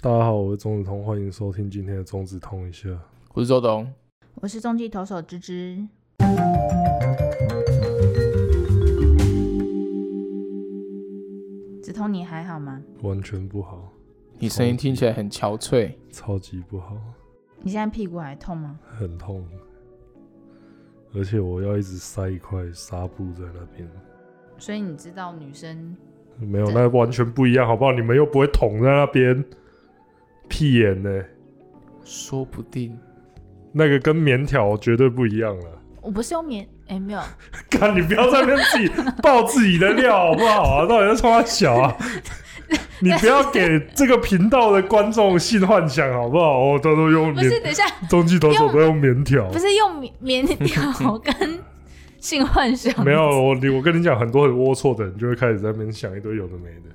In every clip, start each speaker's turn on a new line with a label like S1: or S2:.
S1: 大家好，我是钟子通，欢迎收听今天的钟子通一下。
S2: 我是周董，
S3: 我是中继投手芝芝。子通，你还好吗？
S1: 完全不好，
S2: 你声音听起来很憔悴，
S1: 超级不好，
S3: 你现在屁股还痛吗？
S1: 很痛，而且我要一直塞一块纱布在那边，
S3: 所以你知道女生
S1: 没有，那完全不一样，好不好？你们又不会捅在那边，屁眼呢、
S2: 说不定
S1: 那个跟棉条绝对不一样了。
S3: 我不是用棉哎、没有，
S1: 看，你不要在那边自己爆自己的料，好不好 啊？到底在冲他小啊？你不要给这个频道的观众性幻想，好不好？哦，他都用
S3: 不
S1: 棉哦
S3: 是等一下，
S1: 中继投手都用棉条
S3: 不，是用棉棉条跟性幻 想，
S1: 没有我你我跟你讲，很多很龌龊的人就会开始在那边想一堆有的没的，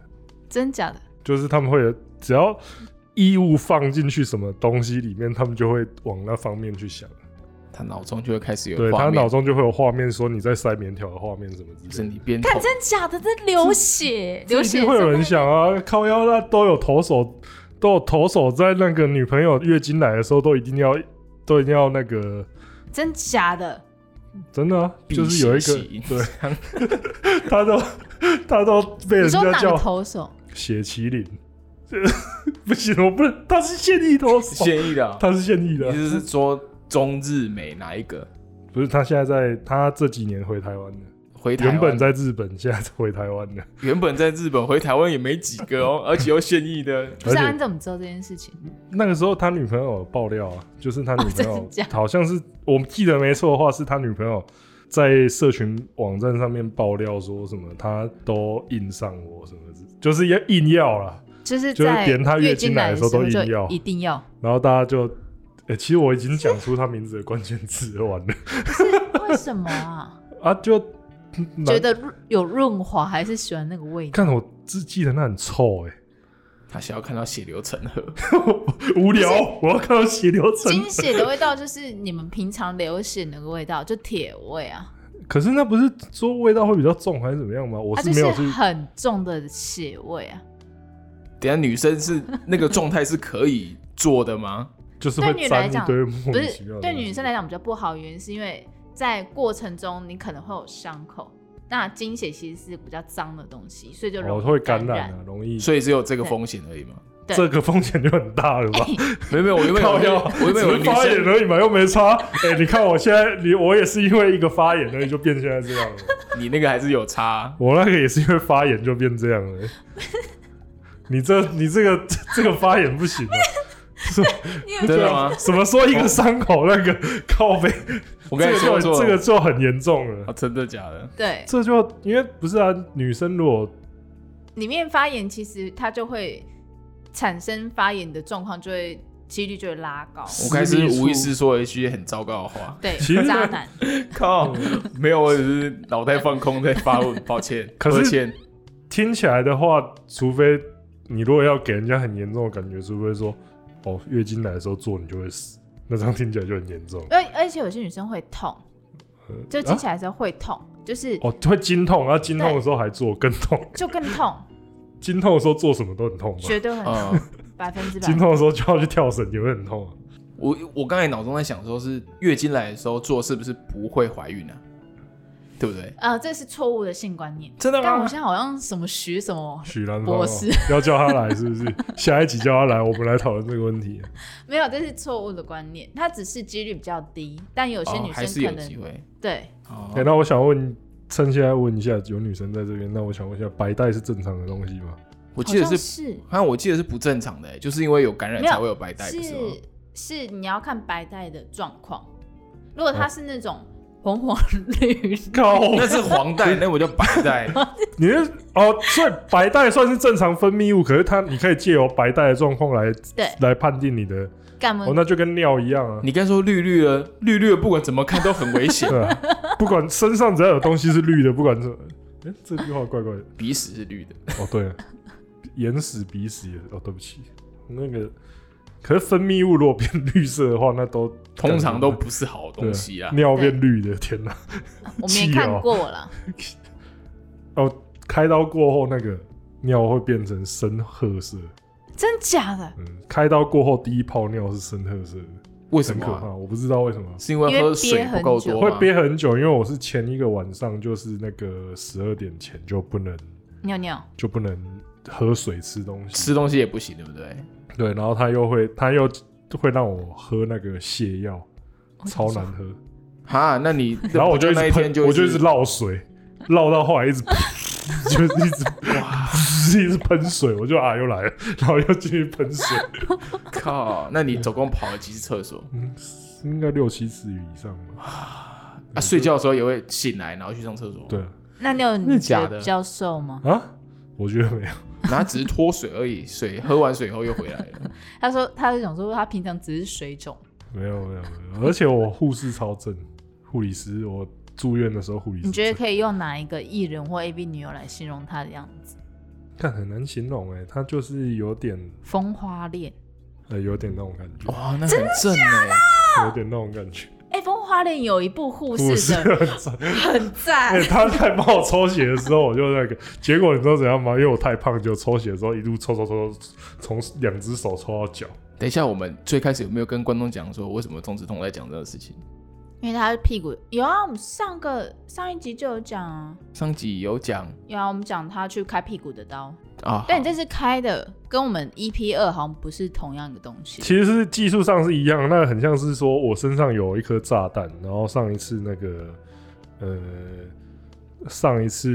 S3: 真假的？
S1: 就是他们会有只要衣物放进去什么东西里面，他们就会往那方面去想，
S2: 他脑中就会开始有
S1: 对
S2: 画
S1: 他
S2: 面
S1: 脑中就会有画面说你在塞棉条的画面什么
S2: 就
S1: 之
S2: 是
S1: 类的。
S2: 你边
S3: 看
S2: 捅
S3: 真假的，这流血，流
S1: 一
S3: 血
S1: 定会有
S3: 真
S1: 人
S3: 的
S1: 想啊，靠腰那都有投手，都有投手在那个女朋友月经来的时候都一定要，都一定要那个，
S3: 真假的，
S1: 真的、啊、
S2: 避
S1: 就是有一
S2: 邪
S1: 个
S2: 习
S1: 对，他都 他都被
S3: 你
S1: 人
S3: 说
S1: 家
S3: 哪
S1: 叫
S3: 个投手？
S1: 血麒麟， 不行，我不能，他是现役投手，
S2: 现役的啊，
S1: 他是现役
S2: 你
S1: 的，
S2: 是是说中日美哪一个？
S1: 不是他现在在，他这几年回台湾的，
S2: 回台湾
S1: 原本在日本，现在回台湾的，
S2: 原本在日本，回台湾也没几个 哦，而且又现役的，
S3: 不是
S1: 而且
S3: 啊，你怎么知道这件事情？
S1: 那个时候他女朋友有爆料啊，就是他女朋友、
S3: 哦真的假的
S1: 好像是我记得没错的话，是他女朋友在社群网站上面爆料说什么，他都硬上我什么之，就是要硬要啦。
S3: 就是
S1: 就是
S3: 在
S1: 连她月
S3: 月
S1: 经
S3: 经
S1: 来的
S3: 的
S1: 时候都一
S3: 就
S1: 定要
S3: 一定要。
S1: 然后大家就，欸、其实我已经讲出他名字的关键字了，完了
S3: 为什么啊？
S1: 啊，就
S3: 觉得润有润滑，还是喜欢那个味道？
S1: 看我只记得那很臭哎、
S2: 他想要看到血流成河，
S1: 无聊，我要看到血流成。
S3: 经血的味道就是你们平常流血那个味道，就铁味啊，
S1: 可是那不是说味道会比较重还是怎么样吗？我
S3: 它
S1: 是
S3: 啊就
S1: 没
S3: 是
S1: 有去，
S3: 很重的血味啊。
S2: 等一下女生是那个状态是可以做的吗？
S1: 就是
S3: 对
S1: 会
S3: 女来
S1: 沾
S3: 讲
S1: 一堆莫
S3: 不
S1: 名其妙
S3: 是
S1: 的东西。
S3: 对女生来讲比较不好，原因是因为在过程中你可能会有伤口，那经血其实是比较脏的东西，所以就
S1: 哦
S3: 容易
S1: 会
S3: 感
S1: 感染啊，容易。
S2: 所以只有这个风险而已吗？
S3: 对
S1: 这个风险就很大了 吧？
S2: 没有没有，我原本
S1: 靠
S2: 有
S1: 腰，
S2: 我
S1: 只
S2: 原本有
S1: 是
S2: 女
S1: 发炎
S2: 生，
S1: 而已嘛，又没差。 哎，你看我现在，你我也是因为一个发炎而已就变现在这 样了。
S2: 你那个还是有差啊，
S1: 我那个也是因为发炎就变这样了。欸你这你这个 这个发炎不 行啊！
S2: 真的吗？
S1: 什么说一个伤口那个靠背，
S2: 我跟你说
S1: 这个
S2: 错
S1: 就
S2: 了，
S1: 这个就很严重了。
S2: 啊，真的假的？
S3: 对
S1: 这就因为不是啊，女生如果
S3: 里面发炎，其实它就会产生发炎的状况，就会几率就会拉高。
S2: 我开始无意识说了一句很糟糕的话，
S3: 对，
S1: 其实
S3: 渣男。
S2: 靠，没有，我只是脑袋放空在发问，抱 歉，
S1: 可是
S2: 抱歉，
S1: 听起来的话，除非你如果要给人家很严重的感觉，除非说哦月经来的时候做你就会死，那这样听起来就很严重。
S3: 而而且有些女生会痛，
S1: 呃
S3: 就
S2: 啊
S3: 经起来的时候会痛，就是
S1: 啊、哦会经痛，然后经痛的时候还做更痛，
S3: 就更痛，
S1: 经痛的时候做什么都很痛吧？
S3: 绝对很痛，
S2: 嗯，
S3: 百分之
S1: 经
S3: 百。
S1: 痛的时候就要去跳绳也会很痛啊。
S2: 我我刚才脑中在想说，是月经来的时候做是不是不会怀孕啊？对不对？
S3: 呃，这是错误的性观念。
S2: 真的
S3: 但我
S2: 吗？
S3: 现在好像什么徐什么
S1: 许兰芳、哦
S3: 博士
S1: 要叫他来是不是？下一集叫他来，我们来讨论这个问题。
S3: 没有，这是错误的观念。它只是几率比较低，但有些
S2: 哦
S3: 女
S2: 还
S3: 生
S2: 是
S3: 可
S2: 有
S3: 能、
S2: 机会。
S3: 对
S2: 哦
S1: 哎、那我想问，趁现在问一下，有女生在这边，那我想问一下，白带是正常的东西吗？
S2: 我
S3: 好
S2: 记得
S3: 像
S2: 是，
S3: 是
S2: 好像我记得是不正常的欸，就是因为有感染
S3: 没有
S2: 才会有白带，不是吗？
S3: 是是你要看白带的状况。
S2: 哦
S3: 如果她是那种红黄 绿，
S1: 靠，
S2: 那是黄带，那我叫白 带。
S1: 你是哦，所以白带算是正常分泌物，可是它你可以借由白带的状况来
S3: 对嗯
S1: 来判定你的
S3: 干嘛
S1: 哦，？那就跟尿一样啊。
S2: 你刚才说绿绿的，绿绿的，不管怎么看都很危险。
S1: 对啊，不管身上只要有东西是绿的，不管怎么，哎、这句话怪怪的。
S2: 鼻屎是 绿的，
S1: 哦，对了，眼屎、鼻屎也是哦，对不起，那个。可是分泌物如果变绿色的话，那都
S2: 通常都不是好东西啊。
S1: 尿变绿的，天哪！
S3: 我
S1: 气哦
S3: 没看过了，
S1: 开刀过后那个尿会变成深褐色，
S3: 真假的？
S1: 嗯，开刀过后第一泡尿是深褐色的，
S2: 为什
S1: 很
S2: 么
S1: 可
S2: 啊、
S1: 怕。我不知道为什么
S2: 是因为喝水不够多
S1: 会
S2: 吗，
S1: 憋很久，因为我是前一个晚上就是那个十二点前就不能
S3: 尿尿，
S1: 就不能喝水吃东西，
S2: 吃东西也不行，对不对？
S1: 对，然后他又会他又会让我喝那个泻药，
S3: 哦
S1: 超难喝，
S2: 哈，那你
S1: 然后我就一
S2: 那
S1: 直
S2: 一天
S1: 喷，
S2: 就
S1: 我就一直绕水，绕到后来一直 就一直 一直喷水，我就啊又来了，然后又继续喷水，
S2: 靠，那你总共跑了几次厕所
S1: 嗯，应该六七次以上吧，
S2: 啊？睡觉的时候也会醒来，然后去上厕所，
S1: 对
S3: 那尿
S2: 真
S3: 你
S2: 的假
S3: 觉得
S2: 的
S3: 比较瘦吗？
S1: 啊，我觉得没有。
S2: 然后只是脱水而已，水喝完水以后又回来了。
S3: 他说，他就想说他平常只是水肿，
S1: 没有没有没有，而且我护士超正，护理师我住院的时候护理师
S3: 你觉得
S1: 正
S3: 可以用哪一个艺人或 AV 女友来形容他的样子？
S1: 看很难形容哎、欸，他就是有点
S3: 风花恋，
S1: 呃有点那种感
S3: 哦
S1: 觉，
S2: 哇，那很正哎、
S1: 有点那种感觉，
S3: 哎、风花恋有一部护
S1: 护
S3: 士
S1: 士
S3: 的
S1: 很正。
S3: 很
S1: 哎、
S3: 赞，
S1: 他在帮我抽血的时候，我就那个，结果你知道怎样吗？因为我太胖，就抽血的时候一路抽抽抽抽，从两只手抽到脚。
S2: 等一下，我们最开始有没有跟观众讲说为什么钟子通在讲这个事情？
S3: 因为他的屁股有啊，我们上个上一集就有讲啊，
S2: 上集有讲
S3: 有啊，我们讲他去开屁股的刀，
S2: 啊，
S3: 但你这次开的跟我们 EP 二好像不是同样的东西，
S1: 其实是技术上是一样，那很像是说我身上有一颗炸弹，然后上一次那个呃上一次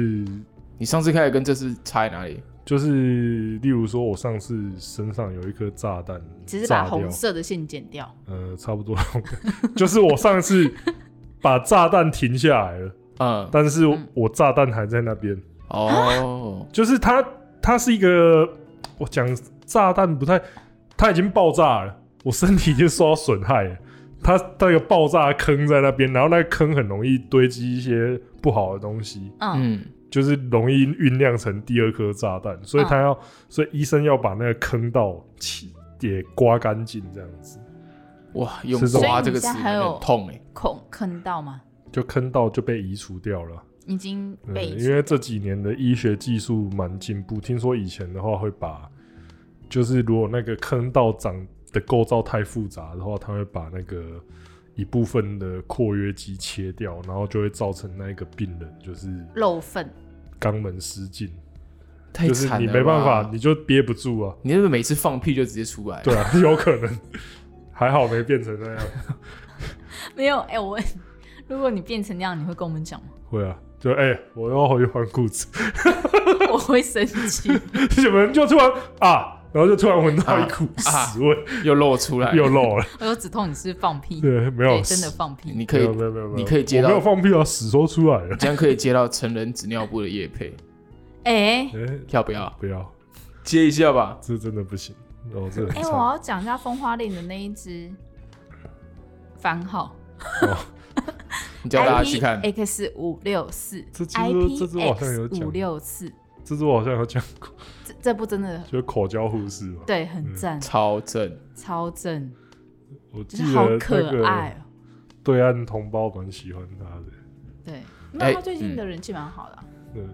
S2: 你上次开始跟这次差在哪里？
S1: 就是例如说，我上次身上有一颗炸弹，
S3: 只是
S1: 炸
S3: 把
S1: 掉
S3: 红色的线剪掉。
S1: 呃，差不多，就是我上次把炸弹停下来了，
S2: 嗯，
S1: 但是
S3: 嗯
S1: 我炸弹还在那边，
S2: 哦，
S1: 就是它，它是一个，我讲炸弹不太，它已经爆炸了，我身体已经受到损害了，它那个爆炸坑在那边，然后那个坑很容易堆积一些不好的东西，
S3: 嗯，
S2: 嗯，
S1: 就是容易酝酿成第二颗炸弹，所以他要，所以医生要把那个坑道起也刮干净，这样子，
S2: 哇，用
S1: 是这
S2: “
S1: 种
S2: 挖”这个词
S3: 所以你现在还有
S2: 很痛哎、
S3: 孔坑到吗？
S1: 就坑道就被移除掉了。
S3: 已经
S1: 嗯
S3: 被移除
S1: 因为这几年的医学技术蛮进步，听说以前的话会把，就是如果那个坑道长的构造太复杂的话，他会把那个一部分的括约肌切掉，然后就会造成那个病人就是
S3: 漏粪，
S1: 肛门失禁，
S2: 太
S1: 就是
S2: 惨了吧。
S1: 你没办法，你就憋不住啊。
S2: 你是不是每次放屁就直接出来？
S1: 对啊，有可能，还好没变成那样。
S3: 没有。哎、我问，如果你变成那样，你会跟我们讲吗？
S1: 会啊，就哎、我要回去换裤子，
S3: 我会生气。
S1: 你们就突然啊，然后就突然闻到一股
S2: 啊哎
S1: 屎味，
S2: 又露出来，
S1: 又漏 了。
S3: 我说止痛，你是不是放屁？
S1: 对，没有
S3: 对，真的
S1: 屎
S3: 放屁。
S2: 你哎可
S1: 没
S2: 以
S1: 有没有没有，没有
S2: 你可以接
S1: 我
S2: 到
S1: 没有放屁啊，屎都出来了。
S2: 这样可以接到成人纸尿布的叶配，
S3: 哎、
S1: 哎、
S2: 要不要
S1: 不要，
S2: 接一下吧？
S1: 这真的不行，哦，这很
S3: 哎、我
S1: 差。
S3: 要讲一下风花令的那一只番号
S2: 你叫大家去看，
S3: ，IPX 五六四
S1: 这只这只我好像有
S3: ，IPX
S1: 讲
S3: 五六四，
S1: 这次我好像有讲过，
S3: 这这部真的
S1: 就是口交护士嘛，
S3: 对很赞，
S2: 超正。
S3: 超正，
S1: 我
S3: 就
S1: 嗯记
S3: 是
S1: 得
S3: 好
S1: 那
S3: 可爱
S1: 个
S3: 哦、
S1: 对岸同胞蛮喜欢他的。
S3: 对，那
S2: 哎
S3: 他最近的人气蛮好的啊、
S1: 对，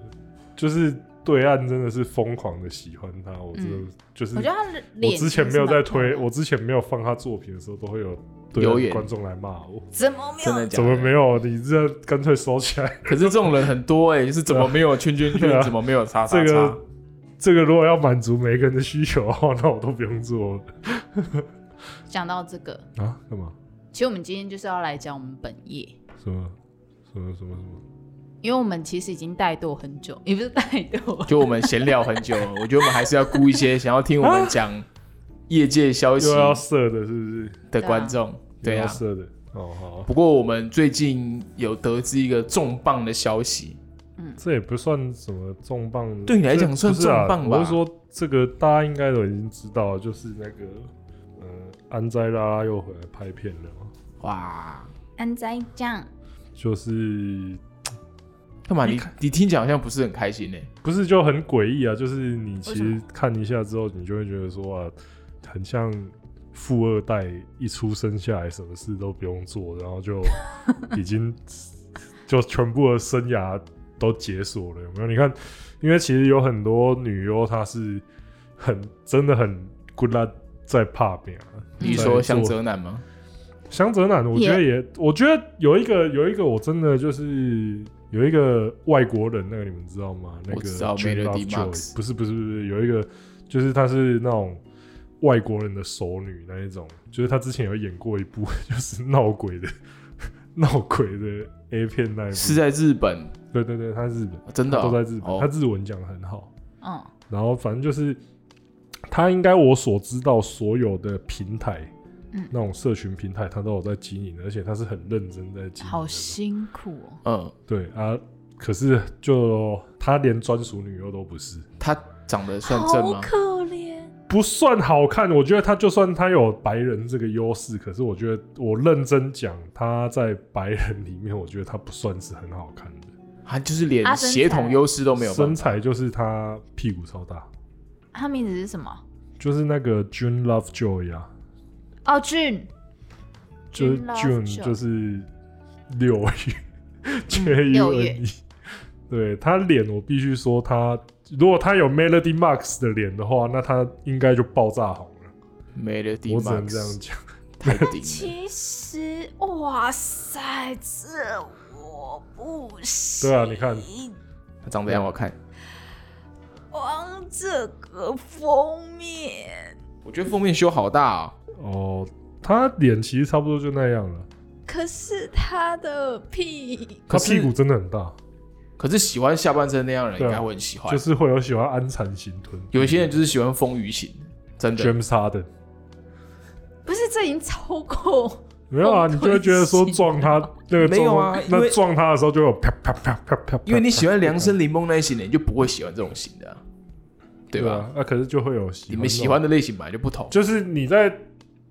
S1: 就是对岸真的是疯狂的喜欢他，我真的、
S3: 嗯
S1: 就是
S3: 我觉得他的
S1: 我
S3: 脸
S1: 之前没有在推，
S3: 真的是蛮
S1: 我之前没有放他作品的时候，都会有对
S2: 留
S1: 岸
S2: 言
S1: 观众来骂我，
S3: 怎么没有
S2: 真的假
S1: 怎么没
S2: 的？
S1: 有？你这干脆收起来。
S2: 可是这种人很多哎、就是怎么没有圈圈
S1: 对
S2: 圈
S1: 啊，
S2: 怎么没有叉叉
S1: 这
S2: 叉
S1: 个？这个如果要满足每一个人的需求的话，那我都不用做了
S3: 讲到这个，
S1: 啊？干嘛？
S3: 其实我们今天就是要来讲我们本业，
S1: 什么？什么什么什么？
S3: 因为我们其实已经怠惰很久，也不是怠惰，
S2: 就我们闲聊很久，我觉得我们还是要估一些想要听我们讲业界消息
S1: 又要射的，是不是？
S2: 的观众。对
S1: 又要
S2: 啊，
S1: 射的。哦，好，
S2: 不过我们最近有得知一个重磅的消息，
S1: 这也不算什么重磅。
S2: 对你来讲
S1: 这
S2: 算
S1: 不是啊
S2: 重磅吧
S1: 我是说，这个大家应该都已经知道，就是那个呃，安斋拉拉又回来拍片了嘛，
S2: 哇！
S3: 安在酱
S1: 就是
S2: 干嘛你？你听起来好像不是很开心欸呢、
S1: 不是就很诡异啊？就是你其
S3: 为什
S1: 实看一下之后，你就会觉得说啊，很像富二代一出生下来什么事都不用做，然后就已经 就全部的生涯都解锁了，有没有？你看，因为其实有很多女优她是很真的很 good luck 在怕病啊。
S2: 你
S1: 在
S2: 说
S1: 做
S2: 香泽男吗？
S1: 香泽男，我觉得也，我觉得有一个有一个，我真的就是有一个外国人，那个你们知道吗？那
S2: 我
S1: 个
S2: 知道
S1: Jane
S2: Melody
S1: Lovejoy，
S2: Marx
S1: 不是不是不是，有一个就是她是那种外国人的熟女那一种，就是她之前有演过一部 就是闹鬼的 闹鬼的 A 片那一部，
S2: 是在日本，
S1: 对对对，她日本，
S2: 真的哦
S1: 她都在日本，
S2: 哦
S1: 她日文讲的很好，
S3: 嗯，
S1: 然后反正就是，他应该我所知道所有的平台，
S3: 嗯
S1: 那种社群平台，他都有在经营，而且他是很认真在经营
S3: 好
S1: 的。
S3: 辛苦哦。
S2: 嗯，
S1: 对啊，可是就他连专属女优都不是，
S2: 他长得算正
S3: 好
S2: 吗？
S3: 可怜，
S1: 不算好看。我觉得他就算他有白人这个优势，可是我觉得我认真讲，他在白人里面，我觉得他不算是很好看的。
S2: 他就是
S3: 啊
S2: 连
S3: 身材
S2: 协同优势都没有吧
S1: 身？材就是他屁股超大，
S3: 他名字是什么？
S1: 就是那个 June Lovejoy 啊。
S3: 哦，June，
S1: 就是
S3: June
S1: June
S3: Lovejoy
S1: 就是六 月
S2: 嗯
S1: ，J U
S3: 六
S1: N
S3: 月
S1: E。对他脸，我必须说他，如果他有 Melody Max 的脸的话，那他应该就爆炸红了。
S2: 没了，
S1: 我只能这样讲，
S2: 太 顶了。
S3: 其实，哇塞，这我不行。
S1: 对啊你看，
S2: 他长怎样？我看，
S3: 光这个封面，
S2: 我觉得封面修好大哦。
S1: 哦，他脸其实差不多就那样了，
S3: 可是他的屁，
S1: 他
S2: 可是
S1: 屁股真的很大，
S2: 可是喜欢下半身那样的人
S1: 对啊
S2: 应该会很喜欢，
S1: 就是会有喜欢安缠型臀，
S2: 哎有一些人就是喜欢丰腴型，真的。
S1: James Harden
S3: 不是这已经超过
S1: 没有啊，
S3: 臀
S1: 你就会觉得说撞他那个
S2: 没有啊
S1: 撞
S2: 因
S1: 那
S2: 为
S1: 撞他的时候就有啪啪啪啪啪啪，
S2: 因为你喜欢梁生林梦那一型的，你就不会喜欢这种型的啊、对
S1: 对
S2: 吧？
S1: 啊，那可是就会有喜
S2: 你
S1: 欢
S2: 们喜
S1: 那种
S2: 欢的类型本来就不同。
S1: 就是你在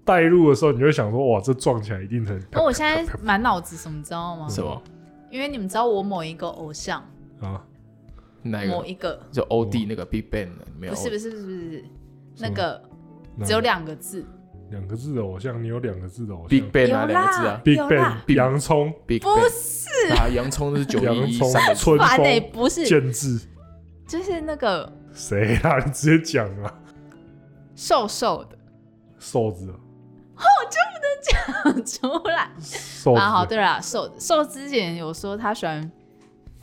S1: 带入的时候，你就会想说，哇，这撞起来一定很。
S3: 哦那我现在 满脑子什么，你知道吗？
S2: 什么？
S3: 因为你们知道我某一个偶像，
S1: 啊，
S2: 哪一
S3: 某
S2: 个？
S3: 一个，
S2: 就 O D 那个 Big Bang 的，没有？
S3: 不是不是不是不是，
S1: 什么
S3: 那个
S1: 那
S3: 只有两个字，
S1: 两个字的偶像，你有两个字的偶
S2: Big
S1: 像
S2: Bang
S3: 有
S2: 啊，两个字
S3: 啦
S2: 啊，
S1: ，Big
S3: 有
S1: Bang
S3: 啦，，
S1: 洋葱，
S2: ，Big
S3: 不
S2: Bang
S3: 是
S2: 啊， 洋葱是九
S1: 洋
S2: 一一
S1: 葱
S2: 三个，字，
S1: 春
S3: 烦欸
S1: 风，
S3: 不是，
S1: 剑字，
S3: 就是那个
S1: 谁啦？你直接讲啊，
S3: 瘦瘦的
S1: 瘦子啊，
S3: 出来
S1: 瘦子
S3: 啊，好，
S1: 啊，
S3: 对啦，瘦瘦之前有说他喜欢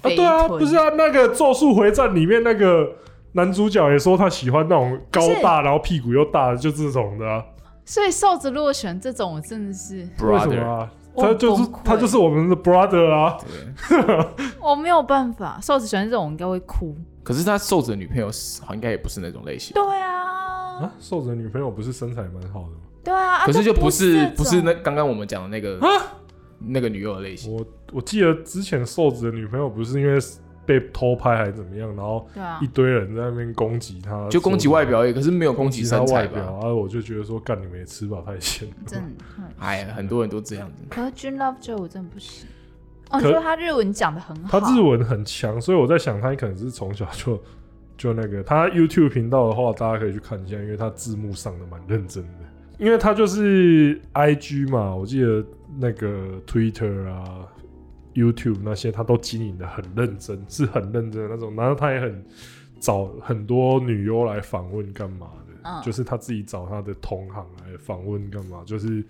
S3: 肥
S1: 对啊，
S3: 臀
S1: 不是啊，那个《咒术回战》里面那个男主角也说他喜欢那种高大，然后屁股又大的，就这种的啊，
S3: 所以瘦子如果喜欢这种，我真的是
S1: 为什么
S2: Brother，
S1: 啊？
S3: 我
S1: 他
S3: 很
S1: 就是
S3: 崩溃
S1: 他就是我们的 brother 啊，
S2: 对。
S3: 我没有办法。瘦子喜欢这种，我应该会哭。
S2: 可是他瘦子的女朋友是好像应该也不是那种类型，
S3: 对啊，
S1: 啊，瘦子的女朋友不是身材蛮好的吗？
S3: 对啊，啊
S2: 可是就
S3: 不
S2: 不是不是
S3: 这
S2: 那
S3: 种
S2: 刚刚我们讲的那个
S1: 啊
S2: 那个女友的类型。
S1: 我我记得之前瘦子的女朋友不是因为被偷拍还是怎么样，然后
S3: 对啊
S1: 一，堆人在那边攻击她，
S2: 就攻击外表而已，可是没有攻击
S1: 说什么
S2: 身
S1: 攻击她
S2: 材
S1: 外表，
S2: 吧？
S1: 然后我就觉得说干你们也吃饱太闲了。
S3: 真的很
S2: 哎呀，很多人都这样子。
S3: 可是 June Lovejoy 我真的不行。哦，
S1: 可
S3: 你说他日文讲的很
S1: 他
S3: 好，
S1: 日文很强，所以我在想他可能是从小就 就那个他 YouTube 频道的话，大家可以去看一下，因为他字幕上的蛮认真的。因为他就是 IG 嘛，我记得那个 Twitter 啊、YouTube 那些，他都经营的很认真，是很认真的那种。然后他也很找很多女优来访问干嘛的，
S3: 嗯
S1: 就是他自己找他的同行来访问干嘛，就是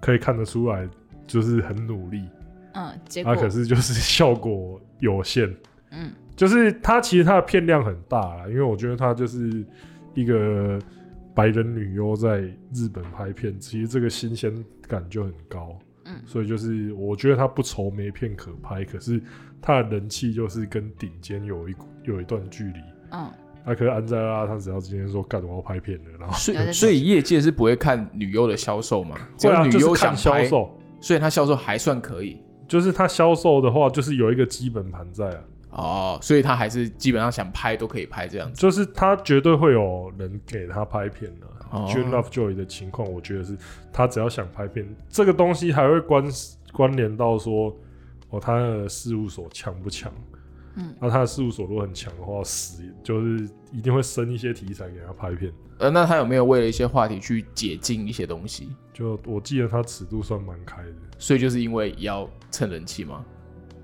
S1: 可以看得出来，就是很努力。
S3: 嗯，结
S1: 啊，
S3: 果
S1: 可是就是 效果有限，
S3: 嗯，
S1: 就是它其实它的片量很大啦，因为我觉得它就是一个白人女优在日本拍片，其实这个新鲜感就很高，
S3: 嗯
S1: 所以就是我觉得它不愁没片可拍，可是它的人气就是跟顶尖有一股有一段距离。
S3: 嗯，
S1: 啊，可是安在拉她只要今天说干我要拍片了，然后
S2: 所
S3: 哦有在
S2: 以所以业界是不会看女优的销售嘛？只
S1: 对
S2: 要
S1: 啊，
S2: 女
S1: 就
S2: 优
S1: 是看
S2: 想
S1: 销
S2: 拍，
S1: 售，
S2: 所以她销售还算可以
S1: 就是它销售的话，就是有一个基本盘在啊。
S2: 哦，所以她还是基本上想拍都可以拍这样子。
S1: 就是他绝对会有人给他拍片的、
S2: 哦
S1: June Lovejoy 的情况，我觉得是他只要想拍片，这个东西还会关关联到说，哦，他的事务所强不强？
S3: 嗯，
S1: 那他的事务所如果很强的话，死就是一定会生一些题材给他拍片。
S2: 呃，那她有没有为了一些话题去解禁一些东西？
S1: 就我记得他尺度算蛮开的，
S2: 所以就是因为要蹭人气嘛，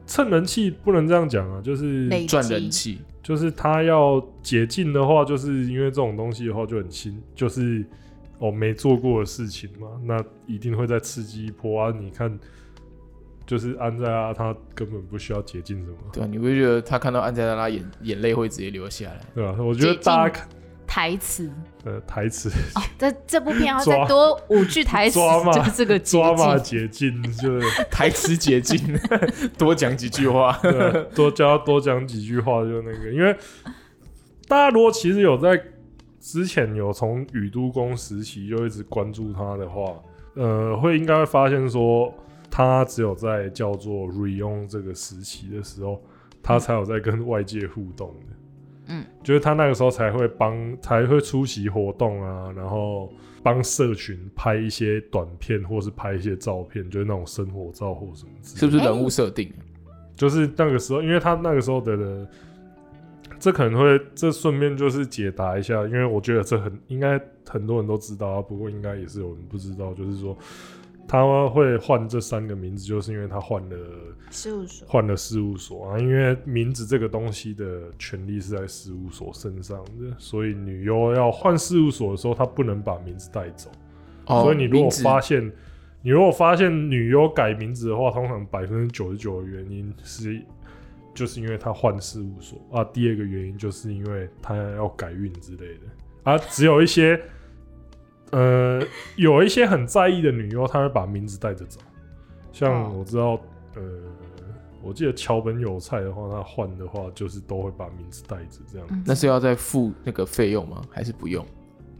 S1: 趁人气不能这样讲啊，就是
S3: 累积
S2: 赚人，气。
S1: 就是他要解禁的话，就是因为这种东西的话就很新，就是哦没做过的事情嘛，那一定会再刺激一波啊！你看，就是安在拉他根本不需要捷径什么，
S2: 对啊，你会觉得他看到安吉拉拉眼眼泪会直接流 下来。
S1: 对吧、我觉得大家看
S3: 台词
S1: 呃台词
S3: 哦，这这部片要再
S1: 抓
S3: 多五句台词
S1: 抓，嘛
S3: 就是这个
S1: 抓嘛
S3: 嘛，
S1: 捷径，就是
S2: 台词捷径， 多讲几句话。
S1: 对啊多教多讲几句话，就那个，因为大家如果其实有在之前有从宇都宫时期就一直关注他的话，呃，会应该会发现说，他只有在叫做 Reon 这个时期的时候，他才有在跟外界互动的。
S3: 嗯，
S1: 就是他那个时候才会帮，才会出席活动啊，然后帮社群拍一些短片，或是拍一些照片，就是那种生活照或什么之类的
S2: 是不是人物设定？
S1: 就是那个时候，因为他那个时候的人，这可能会这顺便就是解答一下，因为我觉得这很应该很多人都知道啊，不过应该也是有人不知道，就是说他会换这三个名字，就是因为他换了
S3: 事务所
S1: 换了事务所啊，因为名字这个东西的权利是在事务所身上的，所以女优要换事务所的时候，她不能把名字带走。
S2: 哦
S1: 所以你如果
S2: 名字
S1: 发现，你如果发现女优改名字的话，通常百分之九十九的原因是，就是因为她换事务所啊。第二个原因就是因为她要改运之类的啊。只有一些，呃，有一些很在意的女优，她会把名字带着走。像
S3: 哦
S1: 我知道，呃，我记得桥本有菜的话，她换的话就是都会把名字带着这样。
S3: 嗯
S2: 那是要再付那个费用吗？还是不用？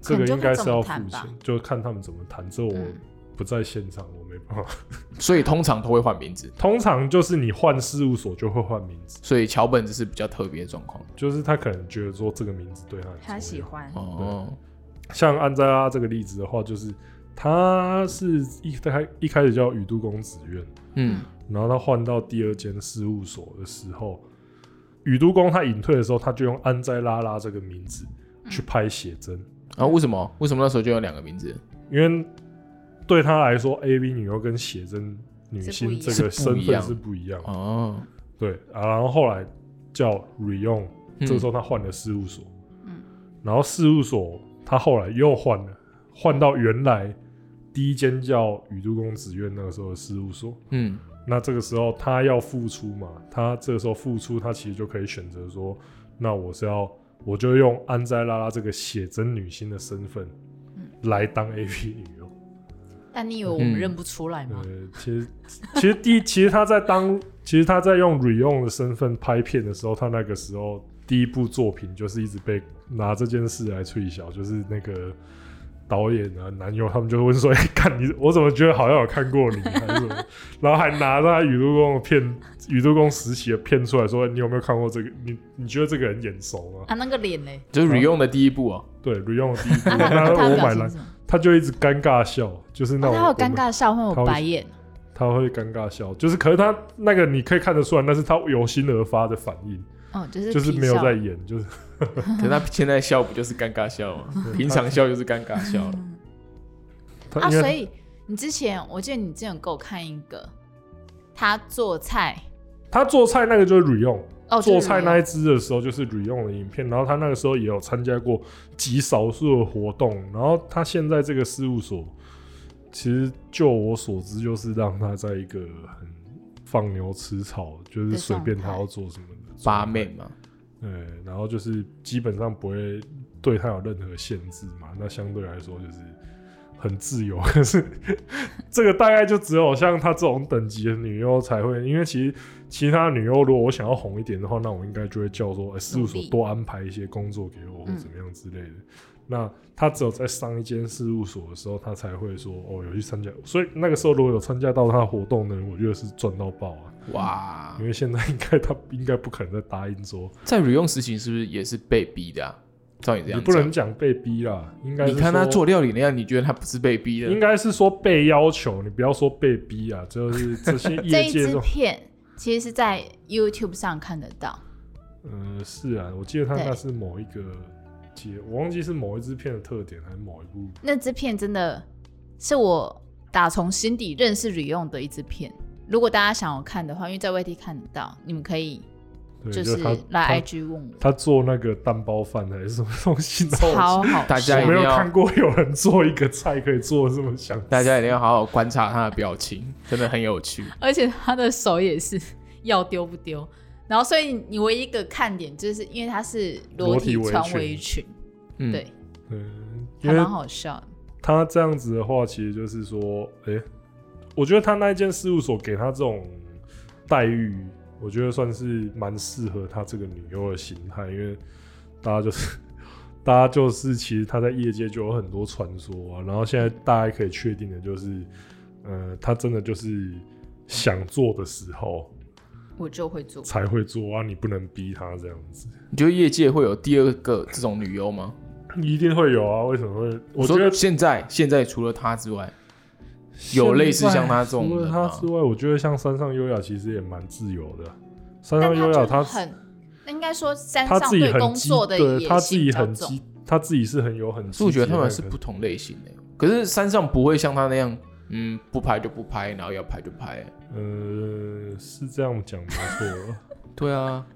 S1: 这个应该是要付
S3: 可能就不怎么谈
S1: 钱
S3: 吧，
S1: 就看他们怎么谈。这我
S3: 嗯
S1: 不在现场，我没办法。
S2: 所以通常都会换名字。
S1: 通常就是你换事务所就会换名字，
S2: 所以桥本只是比较特别的状况。
S1: 就是他可能觉得说这个名字对他很
S3: 他喜
S1: 重要。
S3: 欢，
S2: 哦，
S1: 像安扎拉这个例子的话，就是他是一开一开始叫宇都宫子院，
S2: 嗯，
S1: 然后他换到第二间事务所的时候，宇都宫他隐退的时候，他就用安扎拉拉这个名字
S3: 嗯
S1: 去拍写真，
S2: 然后为什么？为什么那时候就有两个名字？
S1: 因为对他来说，A V 女优跟写真女
S3: 是不一
S1: 星
S3: 样
S1: 这个
S2: 是不
S1: 身
S2: 一
S1: 份
S2: 样
S1: 是不一样的。
S2: 哦，
S1: 对啊，然后后来叫 Reon，
S2: 嗯
S1: 这个时候他换了事务所，
S3: 嗯
S1: 然后事务所他后来又换了，换到原来第一间叫宇都宫子院那个时候的事务所。
S2: 嗯，
S1: 那这个时候他要付出嘛，他这个时候付出，他其实就可以选择说，那我是要我就用安斋拉拉这个写真女星的身份来当 A P 女优。
S3: 但你以为我们
S2: 嗯
S3: 认不出来吗
S1: 呃？，其实其实第一其实他在当其实他在用 Reon 的身份拍片的时候，他那个时候第一部作品就是一直被拿这件事来吹小，就是那个导演啊、男友他们就会问说：“哎、看你，我怎么觉得好像有看过你？”啊还是什么？然后还拿他宇都宫的片、宇都宫实习的片出来说：“哎你有没有看过这个？你你觉得这个人眼熟吗
S3: 啊，那个脸 嘞，
S2: 就是吕用的第一部 哦。？”
S1: 对，Reon 的第一部，
S3: 啊，那
S1: 那
S3: 个他
S1: 我
S3: 的
S1: 买
S3: 表情
S1: 来
S3: 是，什么？
S1: 他就一直尴尬笑，就是那
S3: 啊
S1: 种、
S3: 他有尴尬笑，会有
S1: 他会
S3: 白眼，
S1: 他会尴尬笑，就是可是他那个你可以看得出来，那是他由心而发的反应，
S3: 嗯，就是
S1: 就是
S3: 皮
S1: 没有
S3: 笑
S1: 在演，就是
S2: 可是他现在笑不就是尴尬笑吗？
S1: 对
S2: 平常笑就是尴尬笑了。
S1: 他
S3: 啊，
S1: 因为
S3: 所以你之前我记得你之前有给我看一个，他做菜
S1: 他做菜那个就是 Reon，、
S3: 哦，
S1: 做菜那
S3: 一
S1: 一支的时候就是 Reon 的影片，然后他那个时候也有参加过极少数的活动，然后他现在这个事务所，其实就我所知就是让他在一个很放牛吃草，就是随便他要做什么的
S2: 八妹，嘛，
S1: 对，然后就是基本上不会对他有任何限制嘛，那相对来说就是很自由。 可是这个大概就只有像他这种等级的女优才会，因为其实其他女优如果我想要红一点的话，那我应该就会叫说、哎事务所
S3: 努力
S1: 多安排一些工作给我或
S3: 嗯
S1: 怎么样之类的。那他只有在上一间事务所的时候，他才会说哦有去参加，所以那个时候如果有参加到他的活动呢，我觉得是赚到爆啊！
S2: 哇
S1: 因，为现在应该他应该不可能再答应说
S2: 在吕用实习是不是也是被逼的啊？照你这
S1: 你
S2: 样
S1: 不能
S2: 讲，
S1: 讲被逼啦，应该是
S2: 你看他
S1: 说
S2: 做，料理那样，你觉得他不是被逼
S1: 应
S2: 的？
S1: 该是说被要求，你不要说被逼啊，就是这 些
S3: 这
S1: 业
S3: 一
S1: 界这
S3: 支
S1: 种，
S3: 片其实是在 YouTube 上看得到，
S1: 嗯、是啊，我记得他
S3: 对
S1: 那是某一个节，我忘记是某一支片的特点还是某一部，
S3: 那支片真的是我打从心底认识 Reon 的一支片。如果大家想要看的话，因为在外地看得到，你们可以
S1: 对，
S3: 就
S1: 就是他
S3: 来
S1: 他
S3: IG 问我，
S1: 他做那个蛋包饭还是什么东西的，
S3: 超好
S2: 大
S3: 吃
S2: 家
S1: 我
S2: 一
S1: 没
S2: 定
S1: 有
S2: 要
S1: 看过有人做一个菜可以做得这么详
S2: 大家一定要好好观察他的表情，真的很有趣。
S3: 而且他的手也是要丢不丢。然后，所以你唯一一个看点就是因为他是裸
S1: 裸
S3: 体
S1: 体围
S3: 穿
S1: 裙
S3: 围裙，
S2: 嗯，
S3: 对，
S1: 嗯，因
S3: 还
S1: 为
S3: 蛮好笑的。
S1: 他这样子的话，其实就是说，哎、我觉得他那一间事务所给他这种待遇，我觉得算是蛮适合他这个女优的形态，因为大家就是 大家就是其实他在业界就有很多传说啊，然后现在大家可以确定的就是，呃，他真的就是想做的时候
S3: 我就 会做，
S1: 才会做啊，你不能逼他这样子。
S2: 你觉得业界会有第二个这种女优吗？
S1: 一定会有啊！为什么会？我觉
S2: 说
S1: 得
S2: 现在现在除了她之外，有类似像他这种
S1: 除了
S2: 人
S1: 他
S2: 吗
S1: 之外，我觉得像山上优雅其实也蛮自由的。山上
S3: 但
S1: 优雅他
S3: 他就是很，应该说山
S1: 他
S3: 上
S1: 自己
S3: 对
S1: 很
S3: 工
S1: 积
S3: 作的
S1: 对
S3: 野
S1: 他自
S3: 心
S1: 己
S3: 比较
S1: 很
S3: 重
S1: 积，，他自己是很有很积极的那个。
S2: 所以我觉得他们是不同类型的。可是山上不会像他那样，嗯，不拍就不拍，然后要拍就拍。
S1: 呃，是这样讲没 错。
S2: 对啊，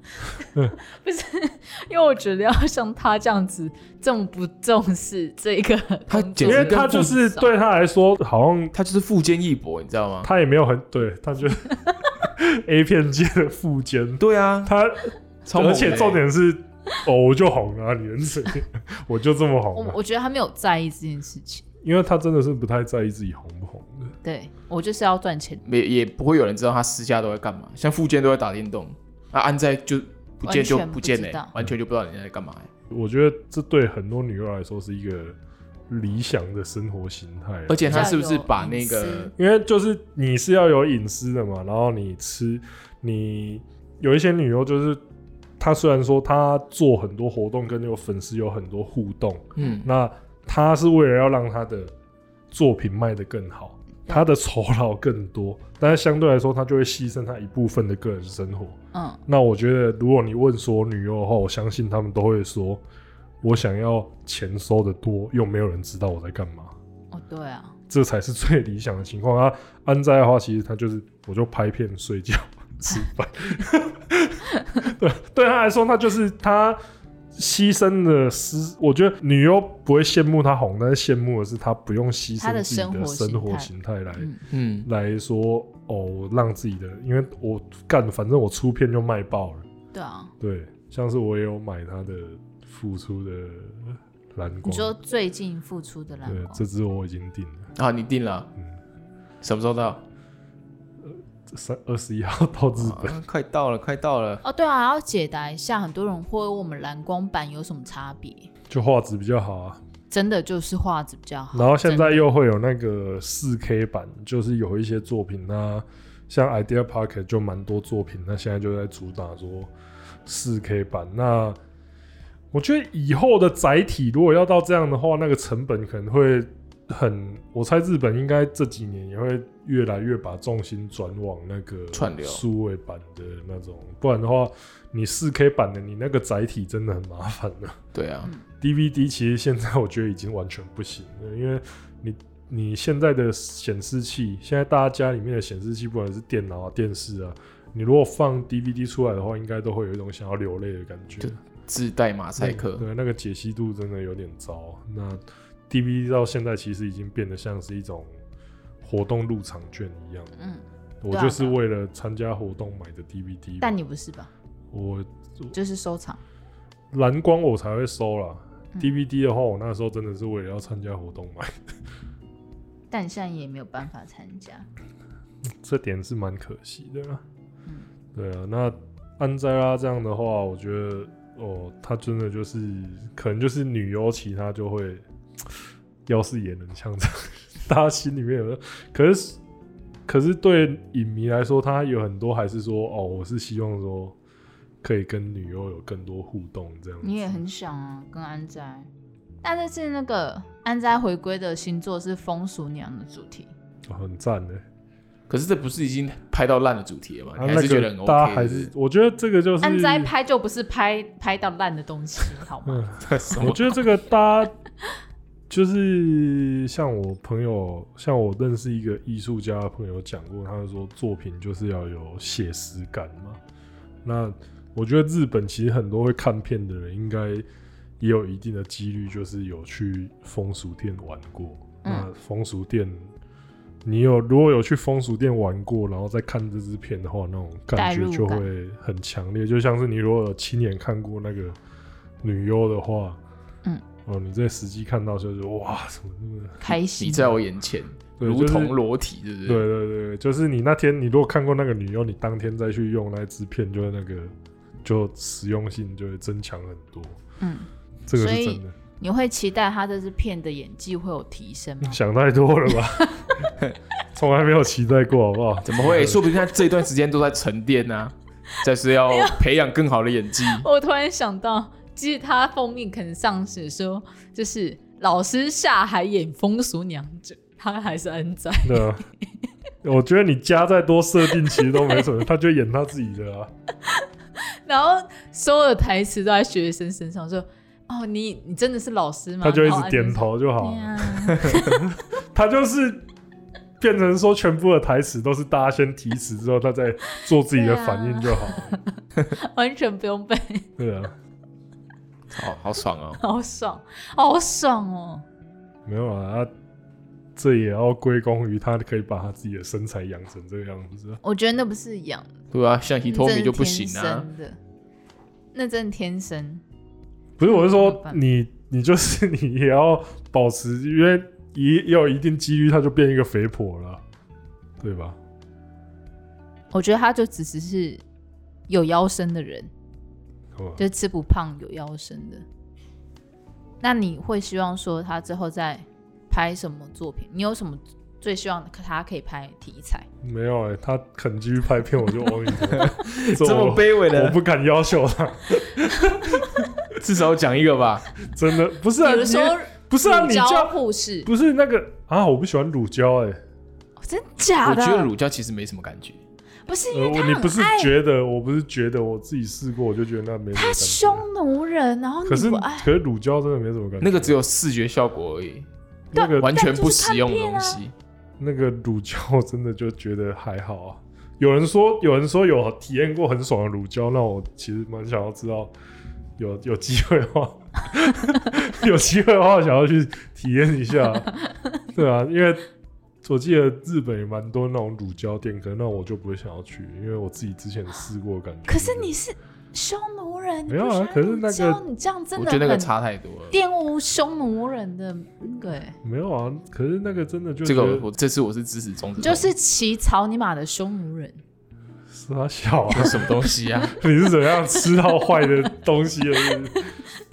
S3: 因为我觉得要像他这样子这么不重视这个
S2: 他
S3: 工
S2: 简
S1: 因
S3: 作，
S1: 为
S2: 直
S1: 他就是对他来说，好像
S2: 他就是富坚义博，你知道吗？
S1: 他也没有很对，他 就是 A 片界的副监。
S2: 对啊，
S1: 他
S2: 超猛的欸
S1: 而且重点是，哦，我就红了、啊，你能怎样？ 我就这么
S3: 我
S1: 红、啊，
S3: 我觉得他没有在意这件事情。
S1: 因为他真的是不太在意自己红不红的。
S3: 对我就是要赚钱，
S2: 也也不会有人知道他私下都在干嘛，像富坚都在打电动，那、安在就不见就
S3: 完全不
S2: 见呢、
S3: 知道
S2: 完全就不知道人家在干嘛欸、
S1: 我觉得这对很多女优来说是一个理想的生活形态啊，
S2: 而且他
S3: 比较
S2: 是不是
S3: 有
S2: 把
S3: 隐
S2: 那个
S3: 私
S1: 因为就是你是要有隐私的嘛，然后你吃，你有一些女优就是她虽然说她做很多活动跟有粉丝有很多互动，
S2: 嗯
S1: 那她是为了要让她的作品卖得更好，她的酬劳更多，但是相对来说她就会牺牲她一部分的个人生活。
S3: 嗯，
S1: 那我觉得，如果你问说女优的话，我相信他们都会说，我想要钱收的多，又没有人知道我在干嘛，
S3: 哦对啊，
S1: 这才是最理想的情况啊。安在的话，其实他就是我就拍片、睡觉、吃饭。 对，对他来说，他就是他牺牲的私。我觉得女优不会羡慕他红，但是羡慕的是他不用牺
S3: 他
S1: 牲
S3: 的
S1: 自己的
S3: 生活
S1: 生活
S3: 形
S1: 形态来
S3: 嗯，
S2: 嗯，
S1: 来说，哦，让自己的，因为我干，反正我出片就卖爆了。
S3: 对啊，
S1: 对，像是我也有买它的付出的蓝光，
S3: 你说最近付出的蓝
S1: 对，
S3: 光，
S1: 这支我已经订了，
S2: 啊，你定了，
S1: 嗯
S2: 什么时候到？
S1: 这三二十一号到日本，
S2: 啊快到了，快到了。
S3: 哦对啊，要解答一下，很多人会问我们蓝光版有什么差别，
S1: 就画质比较好啊。
S3: 真的就是画质比较好，
S1: 然后现
S3: 真的
S1: 在又会有那个四 K 版，就是有一些作品那像 Idea Pocket 就蛮多作品，那现在就在主打说四 K 版。那我觉得以后的载体如果要到这样的话，那个成本可能会很，我猜日本应该这几年也会越来越把重心转往那个
S2: 串流
S1: 数位版的那种，不然的话，你四 K 版的你那个载体真的很麻烦的、
S2: 对啊，
S1: DVD 其实现在我觉得已经完全不行了， 因为你你现在的显示器，现在大家家里面的显示器，不管是电脑啊、电视啊，你如果放 DVD 出来的话，应该都会有一种想要流泪的感觉
S2: 就。自带马赛克。
S1: 对，那个解析度真的有点糟。那 DVD 到现在其实已经变得像是一种活动入场券一样，
S3: 嗯，
S1: 我就是为了参加活动买的 DVD 嘛。
S3: 但你不是吧？
S1: 我
S3: 就是收藏，
S1: 蓝光我才会收啦。
S3: 嗯
S1: DVD 的话，我那时候真的是为了要参加活动买。
S3: 但你现在也没有办法参加，
S1: 这点是蛮可惜的啦。
S3: 嗯
S1: 对啊，那安扎拉这样的话，我觉得哦，他真的就是可能就是女优，其他就会，要是也能像这样，大家心里面有，可是可是对影迷来说，他有很多还是说哦，我是希望说可以跟女优有更多互动这样子。
S3: 你也很想啊，跟安斋，但这次那个安斋回归的星座是风俗娘的主题，
S1: 哦很赞的、
S2: 可是这不是已经拍到烂的主题了吗？
S1: 啊，
S2: 你还
S1: 那
S2: 是觉得很
S1: 个大家
S2: OK？
S1: 还
S2: 是
S1: 是我觉得这个就是
S3: 安斋拍就不是拍拍到烂的东西，好
S1: 嗯
S3: 吗？
S2: 不是什
S1: 我
S2: 么？
S1: 觉得这个大家就是像我朋友，像我认识一个艺术家的朋友讲过，他就说作品就是要有写实感嘛。那我觉得日本其实很多会看片的人，应该也有一定的几率，就是有去风俗店玩过。
S3: 嗯
S1: 那风俗店，你有如果有去风俗店玩过，然后再看这支片的话，那种感
S3: 代
S1: 觉
S3: 入
S1: 就
S3: 感
S1: 会很强烈。就像是你如果有亲眼看过那个女优的话，
S3: 嗯，
S1: 哦，你在实际看到就是哇，怎么那么
S3: 开
S2: 挤
S3: 心。
S2: 在我眼前，
S1: 对
S2: 如
S1: 就是
S2: 同裸体，对不
S1: 对
S2: 对？
S1: 对对，就是你那天你如果看过那个女优，你当天再去用那支片，就是那个就实用性就会增强很多，
S3: 嗯，
S1: 这个
S3: 所
S1: 是
S3: 以
S1: 真的。
S3: 你会期待他这支片的演技会有提升吗？
S1: 想太多了吧？ 从来没有期待过，好不好？
S2: 怎么会？说不定他这段时间都在沉淀呢、啊， 就是要培养更好的演 技。
S3: 我突然想到，其实他封面可能上写说，就是老师下海演风俗娘者，他还是安在。
S1: 对啊，我觉得你加再多设定其实都没什么，他就演他自己 的啊。
S3: 然后所有的台词都在学生身上，说：“哦，你你真的是老师吗？”
S1: 他就一
S3: 然后
S1: 直
S3: 安
S1: 点
S3: 生说。
S1: 头就好
S3: 啊对啊
S1: 了。
S3: 呀，
S1: 他就是变成说全部的台词都是大家先提词之后，他再做自己的反应就好了。
S3: 完全不用背，
S1: 对啊，
S2: 好好爽哦！
S3: 好爽，好爽哦！
S1: 没有啊，他这也要归功于他可以把他自己的身材养成这个样 子啊。
S3: 我觉得那不是养，
S2: 对啊，像
S3: 那真的
S2: Hitomi 就不行啊，
S3: 天生的，那真的天生。
S1: 不是，我是
S3: 怎么
S1: 说
S3: 办
S1: 你，你就是 你也要保持，因为也也有一定几率，他就变一个肥婆了，啊对吧？
S3: 我觉得他就只是是有腰身的人，
S1: 哦
S3: 就是吃不胖有腰身的。那你会希望说他之后再拍什么作品？你有什么最希望他可以拍题材？
S1: 没有哎、他肯继续拍片，我就 all in
S2: 这么
S1: 我
S2: 卑微
S1: 我
S2: 的，
S1: 不敢要求他，
S2: 至少讲一个吧。
S1: 真的不是啊，
S3: 比如
S1: 你
S3: 说
S1: 不是啊，
S3: 乳
S1: 你
S3: 胶
S1: 叫
S3: 护士，
S1: 不是那个啊，我不喜欢乳胶哎、
S3: 哦真假
S2: 我
S3: 的？
S2: 觉得乳胶其实没什么感觉，
S3: 不是因
S1: 呃，
S3: 为
S1: 我
S3: 他
S1: 你不是
S3: 很爱
S1: 觉得，我不是觉得，我自己试过，我就觉得那没什么
S3: 他
S1: 感觉
S3: 匈奴人，然后你
S1: 可是
S3: 不爱
S1: 可是乳胶真的没什么感觉，
S2: 那个只有视觉效果而已，
S1: 那个
S2: 完全不
S3: 就是看
S2: 实用的
S3: 片
S2: 东
S3: 啊
S2: 西。
S1: 那个乳胶 我真的就觉得还好啊。有人说有人说有体验过很爽的乳胶，那我其实蛮想要知道，有有机会的话， 有机会的话想要去体验一下。 对啊，因为我记得日本也蛮多那种乳胶店，可能那我就不会想要去，因为我自己之前试过，感觉
S3: 可是你是匈奴人，
S1: 没有啊
S3: 你不喜欢
S1: 可是那个
S3: 乳胶你这样啊真
S2: 我
S3: 的
S2: 觉得那个
S3: 很
S2: 差嗯太多了。
S3: 玷污匈奴人的那个、欸，
S1: 没有啊。可是那个真的就
S2: 这
S1: 觉
S2: 个
S1: 得
S2: 我这次我是支持中止，
S3: 就是骑草泥马的匈奴人。
S1: 是他小啊，
S2: 这什么东西啊？
S1: 你是怎样吃到坏的东西 了是不是？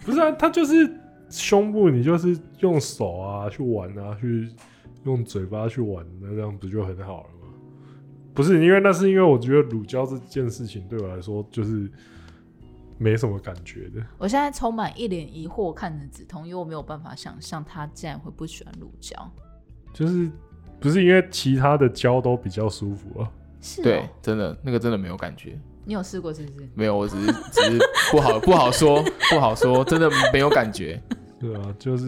S1: 不是啊，它就是胸部，你就是用手啊去玩啊，去用嘴巴去玩，那这样不就很好了吗？不是，因为那是因为我觉得乳胶这件事情对我来说就是没什么感觉的。
S3: 我现在充满一脸疑惑看着梓潼，因为我没有办法想象他竟然会不喜欢乳胶。
S1: 就是不是因为其他的胶都比较舒服啊？
S3: 是、哦，
S2: 对，真的那个真的没有感觉，
S3: 你有试过是不是？
S2: 没有，我只是只是不好不好说不好说，真的没有感觉。
S1: 对啊，就是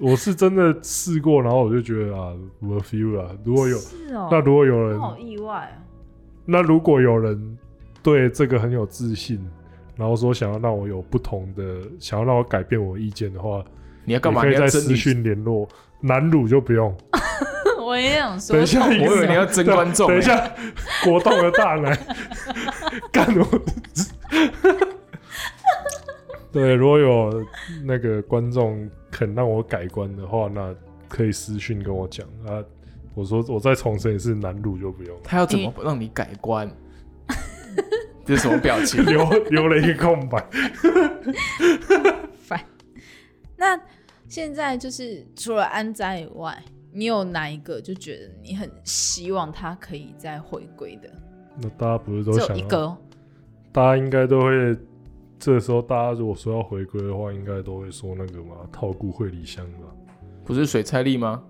S1: 我是真的试过，然后我就觉得啊，worth feel 啊。如果有
S3: 是哦，
S1: 那如果有人
S3: 我好意外啊。
S1: 那如果有人对这个很有自信，然后说想要让我有不同的，想要让我改变我意见的话，
S2: 你要干嘛？
S1: 你
S2: 你
S1: 可以
S2: 要
S1: 在
S2: 争
S1: 私
S2: 你？
S1: 讯联络。男乳就不用，
S3: 我也想说，
S1: 等一下，
S2: 我以为你要 争观众欸
S1: 等一下，国栋的大奶 干我。对，如果有那个观众肯让我改观的话，那可以私讯跟我讲啊。我说我再重申一次，男乳就不用。
S2: 他要怎么让你改 观？这是什么表情？
S1: 留留了一个空白，
S3: 那现在就是除了安斋以外，你有哪一个就觉得你很希望他可以再回归的？
S1: 那大家不是都
S3: 只
S1: 想
S3: 有一
S1: 要
S3: 个哦，
S1: 大家应该都会，这时候大家如果说要回归的话，应该都会说那个嘛，套固惠里香吧。
S2: 不是水菜粒吗？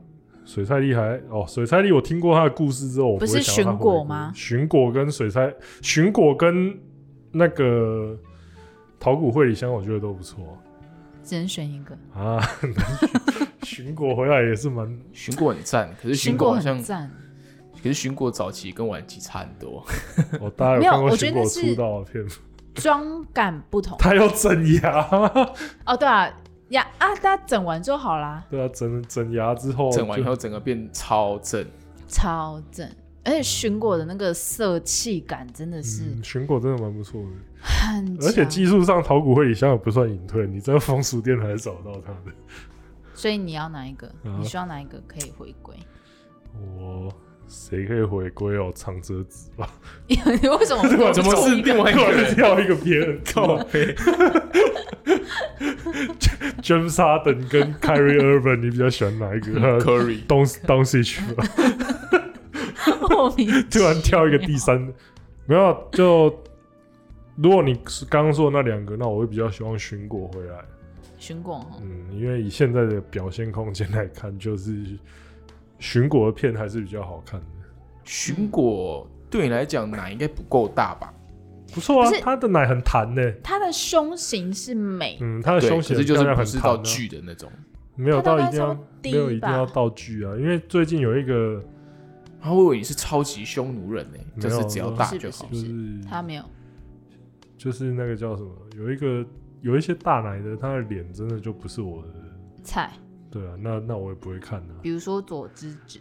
S1: 水菜厉害哦，水菜丽，我听过他的故事之后，我
S3: 不是
S1: 会想要它
S3: 寻果
S1: 回归
S3: 吗
S1: 寻果跟水菜，寻果跟那个桃谷惠里香，我觉得都不错
S3: 只能选一个。
S1: 啊。寻果回来也是蛮，
S2: 寻果很赞，可是
S3: 苹
S2: 寻果
S3: 果
S2: 好像
S3: 很，赞，
S2: 可是寻果早期跟晚期差很多。
S1: 哦，大家
S3: 没
S1: 有
S3: 有
S1: 看过
S3: 我觉
S1: 寻
S3: 得
S1: 果
S3: 那
S1: 出
S3: 是
S1: 道的片吗？
S3: 妆感不同。
S1: 他要整牙，
S3: 哦，对啊，呀啊，大家整完就好啦，
S1: 对啊，整整牙之后，
S2: 整完以后整个变超 正，
S3: 超正。而且寻果的那个色气感真的是
S1: 嗯，选果真的蛮不错的，
S3: 很强，
S1: 而且技术上淘骨会以香也不算隐退，你在风俗店还是找到他的。
S3: 所以你要哪一个？
S1: 嗯
S3: 你希望哪一个可以回归？
S1: 我谁可以回归哦？长泽子吧，
S3: 你为 什么不
S1: 啊
S2: 怎么是另外一
S1: 突
S2: 个
S1: 然
S2: 人？
S1: 跳一个别人，
S2: 靠
S1: 靠
S2: 背
S1: James Harden 跟 Kyrie Irving，你比较喜欢哪 一个？
S2: Curry，
S1: 东东西去吧，
S3: 莫名
S1: 突然跳一个第三，没有啊就。如果你是刚刚说的那两个，那我会比较希望寻果回来。
S3: 寻果哦
S1: 嗯，因为以现在的表现空间来看，就是寻果的片还是比较好看的，
S2: 寻果对你来讲奶应该不够大吧？
S1: 不错啊
S3: 不是，
S1: 他的奶很弹呢、
S3: 她的胸型是美，
S1: 嗯，他的
S2: 对，
S1: 胸
S2: 可
S1: 型
S2: 是就
S1: 很漂
S2: 是
S1: 亮
S2: 不
S1: 很
S2: 是
S1: 弹
S2: 到
S1: 啊
S2: 巨的那种。
S1: 没有
S3: 它
S1: 到一
S3: 大概
S1: 定要
S3: 超低
S1: 没有一定
S3: 吧
S1: 要道具啊，因为最近有一个
S2: 他会以为你是超级匈奴人呢、
S1: 没
S2: 就
S1: 有
S2: 是只要大
S3: 是
S2: 就
S3: 不是
S2: 好
S1: 就。是
S3: 她没有。
S1: 就是那个叫什么，有一个有一些大奶的，他的脸真的就不是我的，
S3: 菜，
S1: 对啊，那那我也不会看的、啊。
S3: 比如说左之子，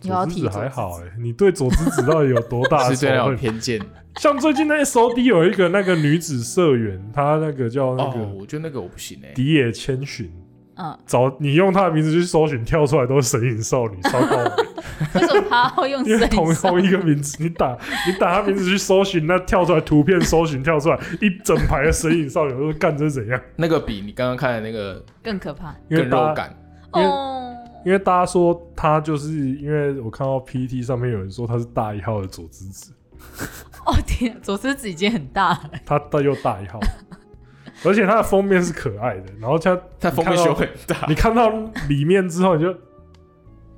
S3: 你
S1: 佐
S3: 要
S1: 之
S3: 提
S1: 子
S3: 佐
S1: 还
S3: 之
S1: 好
S3: 子
S1: 哎、你对佐之子到底有多大的
S2: 是
S1: 仇
S2: 对他有
S1: 恨？
S2: 偏见
S1: 像最近那些手底有一个那个女子社员，她那个叫那
S2: 哦，
S1: 个
S2: 我觉得那个我不行哎、
S1: 迪野千寻，
S3: 嗯，
S1: 找你用她的名字去搜寻，跳出来都是神隐 少女，超高明。
S3: 为什么她要 用
S1: 因为
S3: 神
S1: 同
S3: 兽
S1: 同一个名字，你打 你打他名字去搜寻，那跳出来图片搜寻跳出来一整排的神隐少女，我说干这是怎样？
S2: 那个比你刚刚看的那个
S3: 更可怕？
S1: 因为
S2: 更
S1: 大
S2: 肉
S1: 家
S2: 感。
S1: 因为
S3: 哦，
S1: 因为大家说他就是因为我看到 PT 上面有人说他是大一号的佐之子，
S3: 哦天啊，左之子已经很大了，
S1: 他他又大一号， 而且他的封面是可爱的，然后他
S2: 他封面修很大
S1: 你，看到里面之后你就，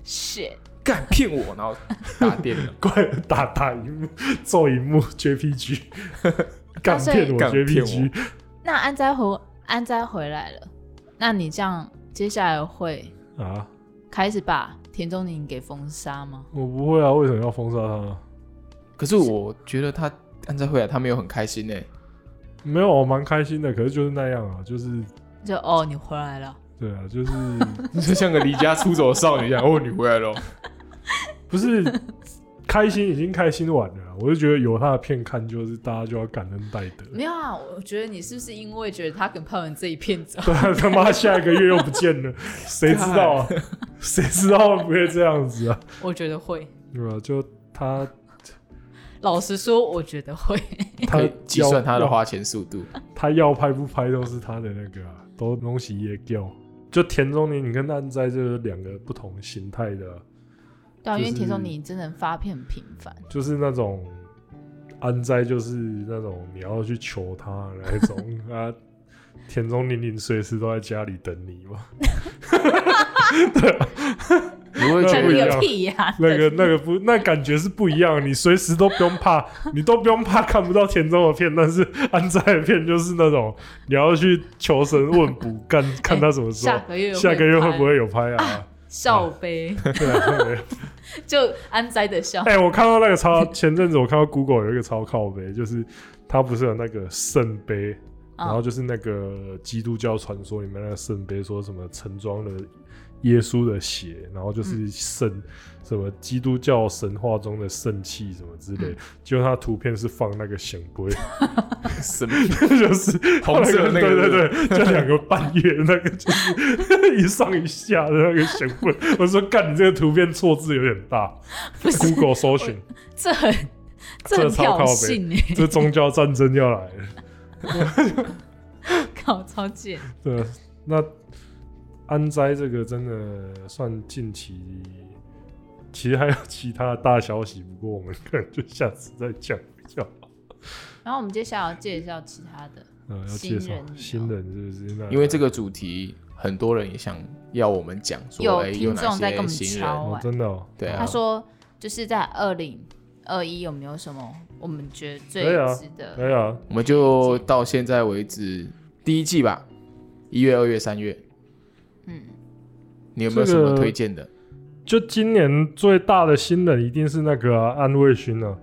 S3: 是
S2: 敢骗我，然后打电了
S1: 怪打打荧幕 揍荧幕 JPG，干骗我
S2: 干骗我
S1: JPG，
S3: 那安灾回安灾回来了，那你这样接下来会
S1: 啊，
S3: 开始把田中宁给封杀吗？
S1: 我不会啊，为什么要封杀他？
S2: 可是我觉得他安在回来，他没有很开心呢、欸
S1: 没有，我蛮开心的，可是就是那样啊，就是
S3: 就哦，你回来了，
S1: 对啊，就是
S2: 就像个离家出走的少女一样。哦，你回来了，
S1: 不是开心已经开心完了啊，我就觉得有他的片看，就是大家就要感恩戴德。
S3: 没有啊？我觉得你是不是因为觉得他跟潘文这一片走？
S1: 对啊，他妈下一个月又不见了，谁知道啊？谁知道会不会这样子啊？
S3: 我觉得会，
S1: 对吧、就他
S3: 老实说，我觉得会。
S1: 他
S2: 可以计算他的
S1: 话，
S2: 花钱速度。
S1: 他要拍不拍都是他的那个、啊，都东西也掉。就田中宁，你跟安在这两个不同形态的啊、
S3: 对啊，因为
S1: 就是
S3: 田中宁真的发片很频繁，
S1: 就是那种安灾，就是那种你要去求他的那一 种啊，田中零零随时都在家里等你 嘛。
S2: 你会觉
S1: 那
S3: 等
S1: 不一
S3: 你
S1: 样
S2: 得
S3: 个屁呀！
S1: 那个那个不，那感觉是不一样。你随时都不用怕， 你都不用怕看不到田中的片，但是安灾的片就是那种你要去求神问卜，看看他什么时候
S3: 下。个月
S1: 哎下个月会不
S3: 会
S1: 会有拍啊？
S3: 笑杯？
S1: 对 啊，对啊
S3: 就安灾的笑，
S1: 哎、我看到那个超前阵子，我看到 Google 有一个超靠杯，就是它不是有那个圣杯，然后
S3: 嗯
S1: 就是那个基督教传说里面那个圣杯，说什么盛装了耶稣的血，然后就是
S2: 嗯
S1: 圣、什么基督教神话中的圣器什么之类，
S3: 嗯
S1: 结果它图片是放那个显杯，
S2: 什么？
S1: 就是
S2: 红色的那
S1: 对
S2: 个
S1: 对对，就两个半月的那个，就是 一上一下的那个显杯。我说干，你这个图片错字有点 大
S3: 不是
S1: ，Google 搜寻，
S3: 这很这很
S1: 这超靠
S3: 挑
S1: 北
S3: 衅哎，
S1: 这宗教战争要来了。
S3: 靠，超贱。
S1: 对，那安灾这个真的算近期，其实还有其他大消息，不过我们可能就下次再讲比较好。
S3: 然后我们接下来要介绍其他的，
S1: 嗯，要
S3: 新
S1: 介绍
S3: 人哦
S1: 新人是不是？那
S2: 因为这个主题，很多人也想要我们讲
S3: 有
S2: 说，哎，
S3: 听
S2: 有哪
S3: 众在跟我
S2: 些
S3: 们
S2: 新
S3: 敲
S2: 人？
S1: 哦，真的哦，
S2: 对啊
S3: 他说就是在二零二一有没有什么我们觉得最
S1: 可以啊
S3: 值得？
S1: 哎呀，
S2: 我们就到现在为止第一季吧，一月、二月、三月，
S3: 嗯，
S2: 你有没有什么推荐的？
S1: 就今年最大的新人一定是那个啊、安卫勋啊，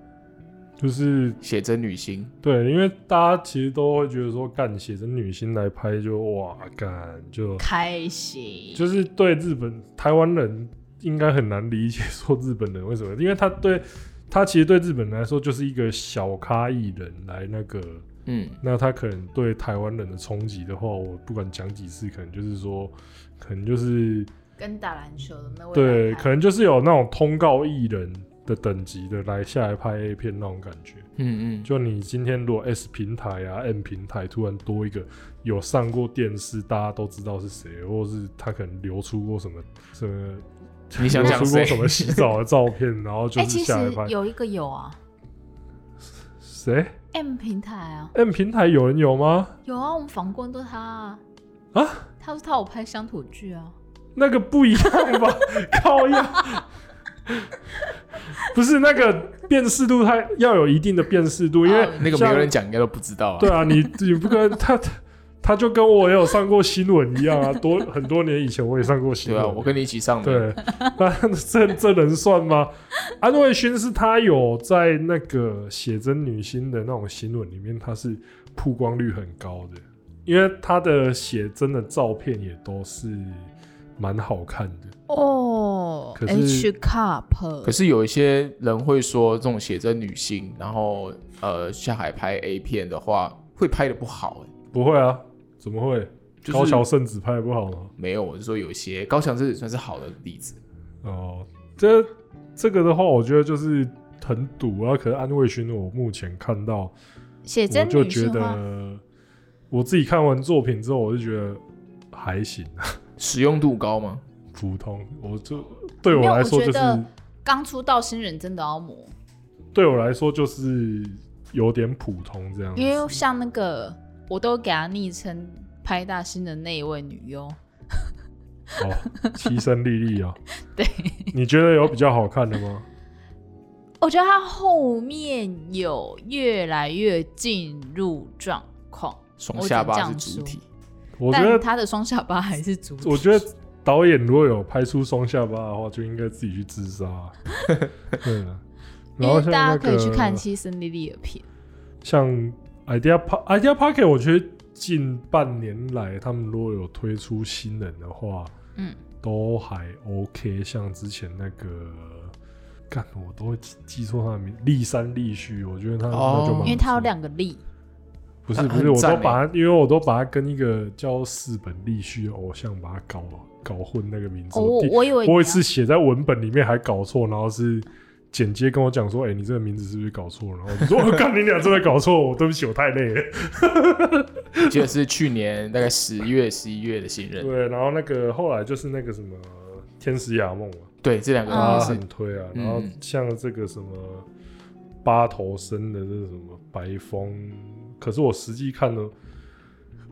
S1: 就是
S2: 写真女星，
S1: 对，因为大家其实都会觉得说，干写真女星来拍就哇干就
S3: 开心，
S1: 就是对日本台湾人应该很难理解说日本人为什么，因为他对他其实对日本人来说就是一个小咖艺人来那个，
S2: 嗯，
S1: 那他可能对台湾人的冲击的话，我不管讲几次，可能就是说，可能就是
S3: 跟打篮球的那位
S1: 对，
S3: 来拍
S1: 可能就是有那种通告艺人的等级的来下来拍 A 片那种感觉。
S2: 嗯嗯，
S1: 就你今天如果 S 平台啊、M 平台突然多一个有上过电视，大家都知道是谁，或是他可能流出过什么什么，
S2: 你想
S1: 流
S2: 讲
S1: 出过
S2: 谁？
S1: 什么洗澡的照 片，然后就
S3: 哎、
S1: 是
S3: 其
S1: 下来
S3: 实
S1: 拍
S3: 有一个有啊
S1: 谁
S3: ，M 平台啊，
S1: M 平台有人有吗？
S3: 有啊，我们访问过他啊，
S1: 啊，
S3: 他说他有拍乡土剧啊，
S1: 那个不一样吧？ 靠呀！不是那个辨识度，它要有一定的辨识度，因为
S3: 哦
S2: 那个没
S1: 像
S2: 有人讲，应该都不知道啊。
S1: 对啊，你你不跟他，他他就跟我也有上过新闻一样啊，多很多年以前我也上过新
S2: 对
S1: 闻。
S2: 啊，我跟你一起上的。
S1: 对，那这这能算吗？安慧勋是他有在那个写真女星的那种新闻里面，他是曝光率很高的，因为他的写真的照片也都是蛮好看的。
S3: 哦
S1: 可是
S3: ，H cup，
S2: 可是有一些人会说，这种写真女星，然后呃下海拍 A 片的话，会拍的不好、欸。
S1: 不会啊，怎么会？
S2: 就是
S1: 高桥圣子拍的不好吗？
S2: 没有，我是说有一些高翔这也算是好的例子。
S1: 哦，这这个的话，我觉得就是很赌啊。可是安慧勋，我目前看到，
S3: 写
S1: 我
S3: 真
S1: 就
S3: 女
S1: 觉
S3: 性化，
S1: 得我自己看完作品之后，我就觉得还行。
S2: 使用度高吗？
S1: 普通，我就对我来说就
S3: 没有我觉
S1: 是
S3: 得刚出道新人真的要磨，
S1: 对我来说就是有点普通这样子
S3: 因。为像那个我都给他昵称拍大星的那一位女优，
S1: 哦，牺牲莉莉啊，
S3: 对，
S1: 你觉得有比较好看的吗？
S3: 我觉得他后面有越来越进入状况，
S2: 双下巴是主体，
S3: 哦
S1: 我觉
S3: 但
S1: 得，
S3: 他的双下巴还是主体。
S1: 我觉得导演如果有拍出双下巴的话，就应该自己去自 杀、对啊，然
S3: 因
S1: 后
S3: 为
S1: 像
S3: 大
S1: 那
S3: 家可以
S1: 个
S3: 去看西森莉莉的片，
S1: 像 idea park idea park，我觉得近半年来他们如果有推出新人的话，
S3: 嗯，
S1: 都还 OK，像之前那个，干我都会记记错他的名，立山立旭，我觉得他、
S2: 哦
S1: 那就蛮不错
S3: 因为他有两个力，
S1: 不是
S2: 他
S1: 不是，
S2: 很
S1: 我
S2: 赞
S1: 都
S2: 欸
S1: 把他，因为我都把他跟一个叫四本立旭的偶像把他搞搞混那个名字，
S3: 哦，
S1: 我
S3: 我
S1: 第
S3: 我以为你
S1: 我
S3: 要
S1: 一次写在文本里面还搞错，然后是。简介跟我讲说，哎、你这个名字是不是搞错了？然后我就说，我 干你俩真的搞错，我对不起，我太累了。
S2: 我记得是去年大概十月、十一月的新人。
S1: 对，然后那个后来就是那个什么天使亚梦嘛，
S2: 对，这两个
S1: 大家
S2: 人也
S3: 嗯
S2: 是
S1: 很推啊。
S2: 嗯
S1: 然后像这个什么八头身的这是什么白风，可是我实际看了，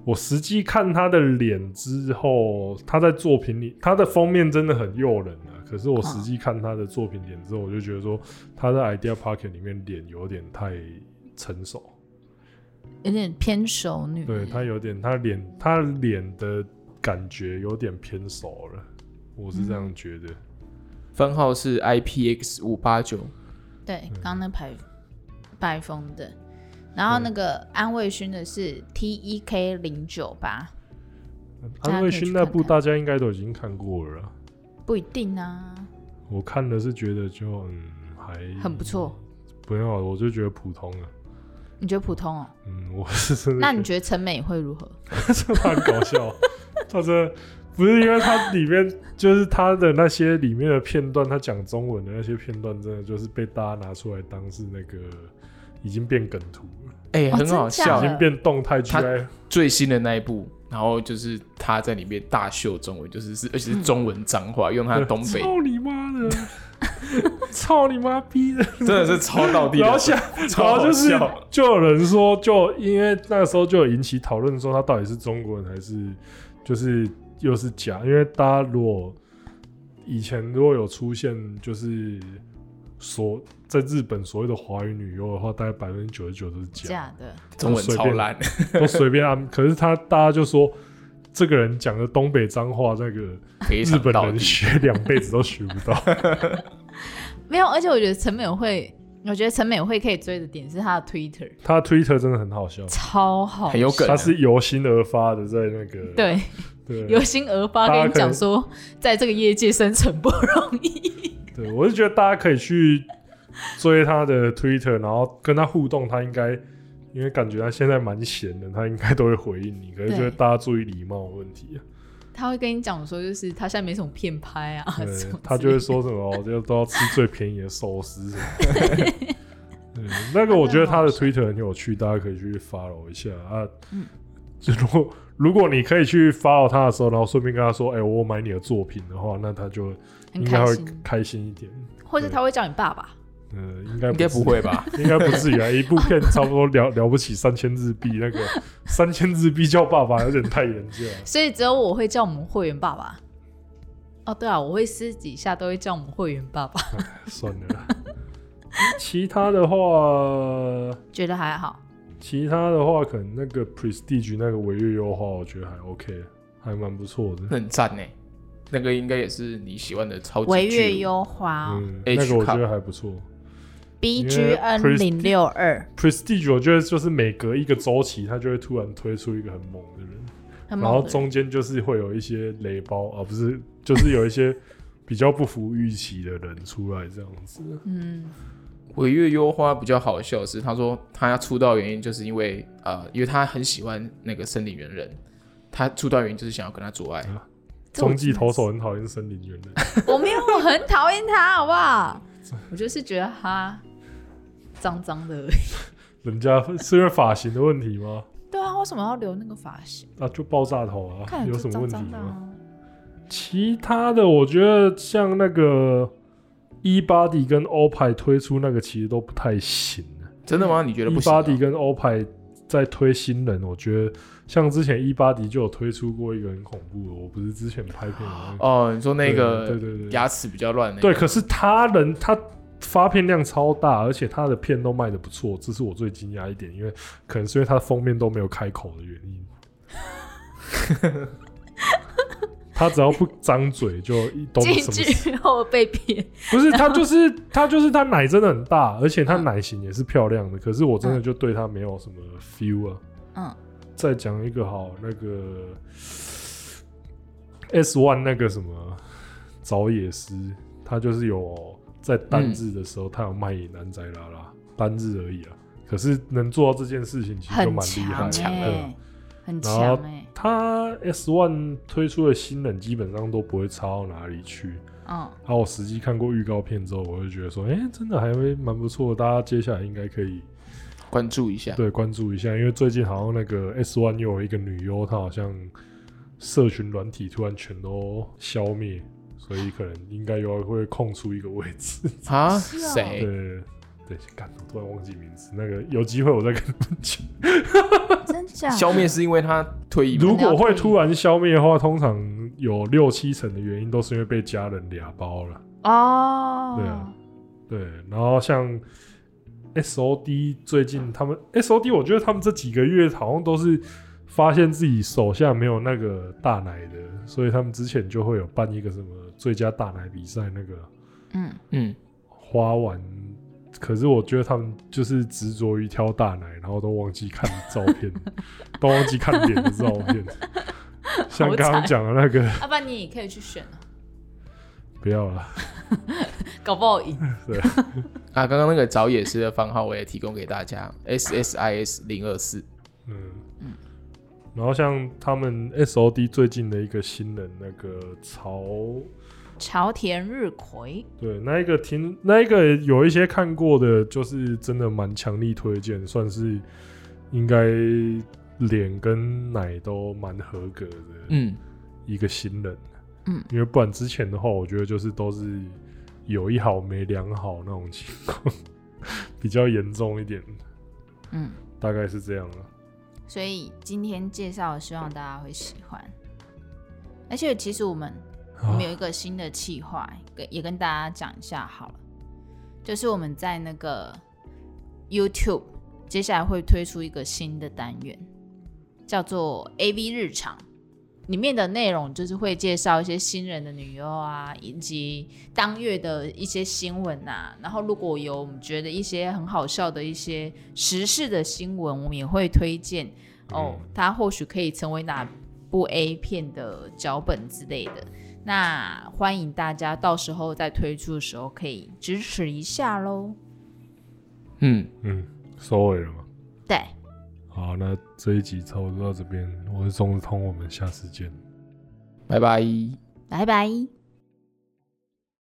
S1: 我实际看他的脸之后，他在作品里他的封面真的很诱人啊。可是我实际看他的作品脸之后，我就觉得说他在 Idea Pocket 里面脸有点太成熟，
S3: 有点偏熟女，
S1: 对他有点他脸他脸的感觉有点偏熟了，我是这样觉得。
S2: 番号是 IPX 五八九，
S3: 对，刚刚那排白风的，然后那个安慰勋的是 T E K 零九八，
S1: 安慰勋那部嗯大家应该都已经看过了啦，
S3: 不一定啊，
S1: 我看的是觉得就嗯还
S3: 很不错，
S1: 不要，我就觉得普通了。
S3: 你觉得普通哦？
S1: 嗯， 我是真的，
S3: 那你觉得陈美会如何？
S1: 得他很搞笑？ 他真的不是因为他里面就是他的那些里面的片段，他讲中文的那些片段，真的就是被大家拿出来当是那个已经变梗图了，
S2: 哎、
S3: 哦
S2: 很好
S3: 真假
S2: 笑
S3: 的
S1: 已。经变动态 G
S2: 他
S1: I
S2: 最新的那一部，然后就是他在里面大秀中文，就是是而且是中文脏话，用他的东北，
S1: 操你妈的， 操你妈逼的！
S2: 真的是超到地
S1: 然后
S2: 的，
S1: 下，
S2: 超
S1: 然后
S2: 好
S1: 就是
S2: 笑。
S1: 就有人说，就因为那时候就有引起讨论，说他到底是中国人还是就是又是假？因为大家如果以前如果有出现就是所在日本所谓的华语女优的话，大概百分之九十九都是假，
S3: 假的，
S2: 中文超烂，
S1: 都随便安。可是他大家就说。这个人讲的东北脏话，那个
S2: 非
S1: 日
S2: 常
S1: 本
S2: 到
S1: 人
S2: 地。
S1: 学两辈子都学不到。
S3: 没有，而且我觉得陈美惠，我觉得陈美惠可以追的点是她的 Twitter
S1: 他 Twitter 真的很好笑，
S3: 超好，
S2: 很有梗啊
S1: 他是由心而发的，在那个
S3: 对，由
S1: 对
S3: 心而发
S1: 大家
S3: 跟你
S1: 可能
S3: 讲说，在这个业界生存 不容易。
S1: 对，我是觉得大家可以去追他的 Twitter，然后跟他互动，他应该。因为感觉他现在蛮闲的，他应该都会回应你，可是
S3: 对
S1: 就是大家注意礼貌的问 题啊。
S3: 他会跟你讲说，就是他现在没什么片拍啊，
S1: 对
S3: 什么
S1: 他
S3: 之
S1: 就
S3: 类
S1: 会
S3: 的
S1: 说什么，我就都要吃最便宜的寿司什么的。 对，那个我觉得他的 Twitter 很有趣，大家可以去 follow 一下啊。
S3: 嗯
S1: 就 如果如果你可以去 follow 他的时候，然后顺便跟他说：“哎、我有买你的作品的话，那他就
S3: 很
S1: 应该
S3: 开
S1: 会
S3: 心，
S1: 开心一点。
S3: 或者他会叫你爸爸，
S1: 呃，应该
S2: 应该
S1: 至
S2: 不会吧？
S1: 于， 应该不至于啊。一部片差不多了了不起三千日币，那个三千日币叫爸爸有点太人家了。
S3: 所以只有我会叫我们会员爸爸。哦，对啊，我会私底下都会叫我们会员爸爸，
S1: 算了啦，其他的话。
S3: 觉得还好。
S1: 其他的话，可能那个 Prestige 那个违约优化，我觉得还 OK，还蛮不错的。
S2: 那很赞呢，那个应该也是你喜欢的超级
S3: 维
S2: 巨
S3: 月
S2: 乳
S3: 优花哦、
S1: 嗯，
S2: H
S1: 那个我
S2: cup
S1: 觉得还不错。
S3: BGN 零六二，
S1: Prestige 我觉得就是每隔一个周期，它就会突然推出一个很猛的人，
S3: 很
S1: 然后
S3: 猛的
S1: 中间就是会有一些雷包啊，不是，就是有一些比较不符预期的人出来这样子。
S3: 嗯，
S2: 尾月优花比较好笑的是，他说他出道的原因就是因为呃，因为他很喜欢那个森林猿人，他出道原因就是想要跟他做爱。
S3: 这我
S1: 中继
S3: 真的
S1: 投手很讨厌森林猿人，
S3: 我没有，我很讨厌他，好不好？我就是觉得他脏脏的而已。
S1: 人家是因为发型的问题吗？
S3: 对啊，为什么要留那个发型？
S1: 啊，就爆炸头啊
S3: 看，起来
S1: 有
S3: 就
S1: 什么
S3: 脏
S1: 问题
S3: 脏的
S1: 吗？
S3: 啊。
S1: 其他的，我觉得像那个 E Body 跟 O 派推出那个，其实都不太行。
S2: 真的吗？你觉得
S1: E
S2: 不行、啊？
S1: Body 跟 O 派在推新人，我觉得像之前 E Body 就有推出过一个很恐怖的，我不是之前拍片有那个
S2: 哦，你说那
S1: 对
S2: 个
S1: 对对对
S2: 牙齿比较乱那
S1: 对，
S2: 个，
S1: 可是他人他发片量超大，而且他的片都卖的不错，这是我最惊讶一点，因为可能是因为他封面都没有开口的原 因。他只要不张嘴就一都没
S3: 进
S1: 什么事。
S3: 去后被骗，
S1: 不是他就是他就是他奶真的很大，而且
S3: 嗯
S1: 他奶型也是漂亮的。可是我真的就对他没有什么 feel 啊。
S3: 嗯，
S1: 再讲一个好那个 S One 那个什么早野诗，他就是有在单日的
S3: 嗯
S1: 时候，他有卖野男宅拉拉，单日而已啊。可是能做到这件事情，其实就
S3: 很
S1: 蛮厉害
S3: 强
S1: 的。
S3: 哎、
S1: 对啊
S3: 很
S1: 然
S3: 强
S1: 后
S3: 哎、
S1: 他 S One 推出的新人基本上都不会差到哪里去。
S3: 嗯，
S1: 然后我实际看过预告片之后，我就觉得说，哎、真的还会蛮不错的，大家接下来应该可以
S2: 关注一下。
S1: 对关注一下，因为最近好像那个 S One 又有一个女优，她好像社群软体突然全都消灭，所以可能应该又会空出一个位置。
S2: 啊，
S3: 是哦
S1: 对
S2: 谁？
S1: 对，干，我突然忘记名字，那个有机会我再跟你们讲。
S3: 真假？
S2: 消灭是因为他 退役吗
S1: 如果会突然消灭的话，通常有六七成的原因都是因为被家人俩包了。
S3: 哦，
S1: 对啊对，然后像 S O D 最近他们 S O D，我觉得他们这几个月好像都是发现自己手下没有那个大奶的，所以他们之前就会有办一个什么最佳大奶比赛，那个
S3: 嗯，
S2: 嗯，
S1: 花丸。可是我觉得他们就是执着于挑大奶，然后都忘记看照片，都忘记看脸的照片。像刚刚讲的那个，
S3: 啊要、不然你也可以去选啊，
S1: 不要了。
S3: 搞不好赢。
S2: 啊，刚刚那个早野师的番号我也提供给大家，S S I S 零二四。
S1: 嗯，然后像他们 S O D 最近的一个新人，那个曹，
S3: 朝田日葵，
S1: 对，那一个听那一个有一些看过的，就是真的蛮强力推荐，算是应该脸跟奶都蛮合格的
S2: 嗯，
S1: 一个新人。
S3: 嗯，
S1: 因为不然之前的话，我觉得就是都是有一好没两好那种情况， 比较严重一点，
S3: 嗯，
S1: 大概是这样了。
S3: 所以今天介绍，希望大家会喜欢。而且其实我们我
S1: 哦
S3: 们有一个新的企划，跟也跟大家讲一下好了，就是我们在那个 YouTube 接下来会推出一个新的单元，叫做 AV 日常。里面的内容就是会介绍一些新人的女优啊，以及当月的一些新闻呐、然后如果有我们觉得一些很好笑的一些时事的新闻，我们也会推荐哦，它或许可以成为哪部 A 片的脚本之类的。那欢迎大家到时候在推出的时候可以支持一下喽。
S2: 嗯，
S1: 嗯，收尾了嘛。
S3: 对，
S1: 好，那这一集差不多到这边，我是钟子通，我们下次见。
S2: 拜拜。
S3: 拜拜。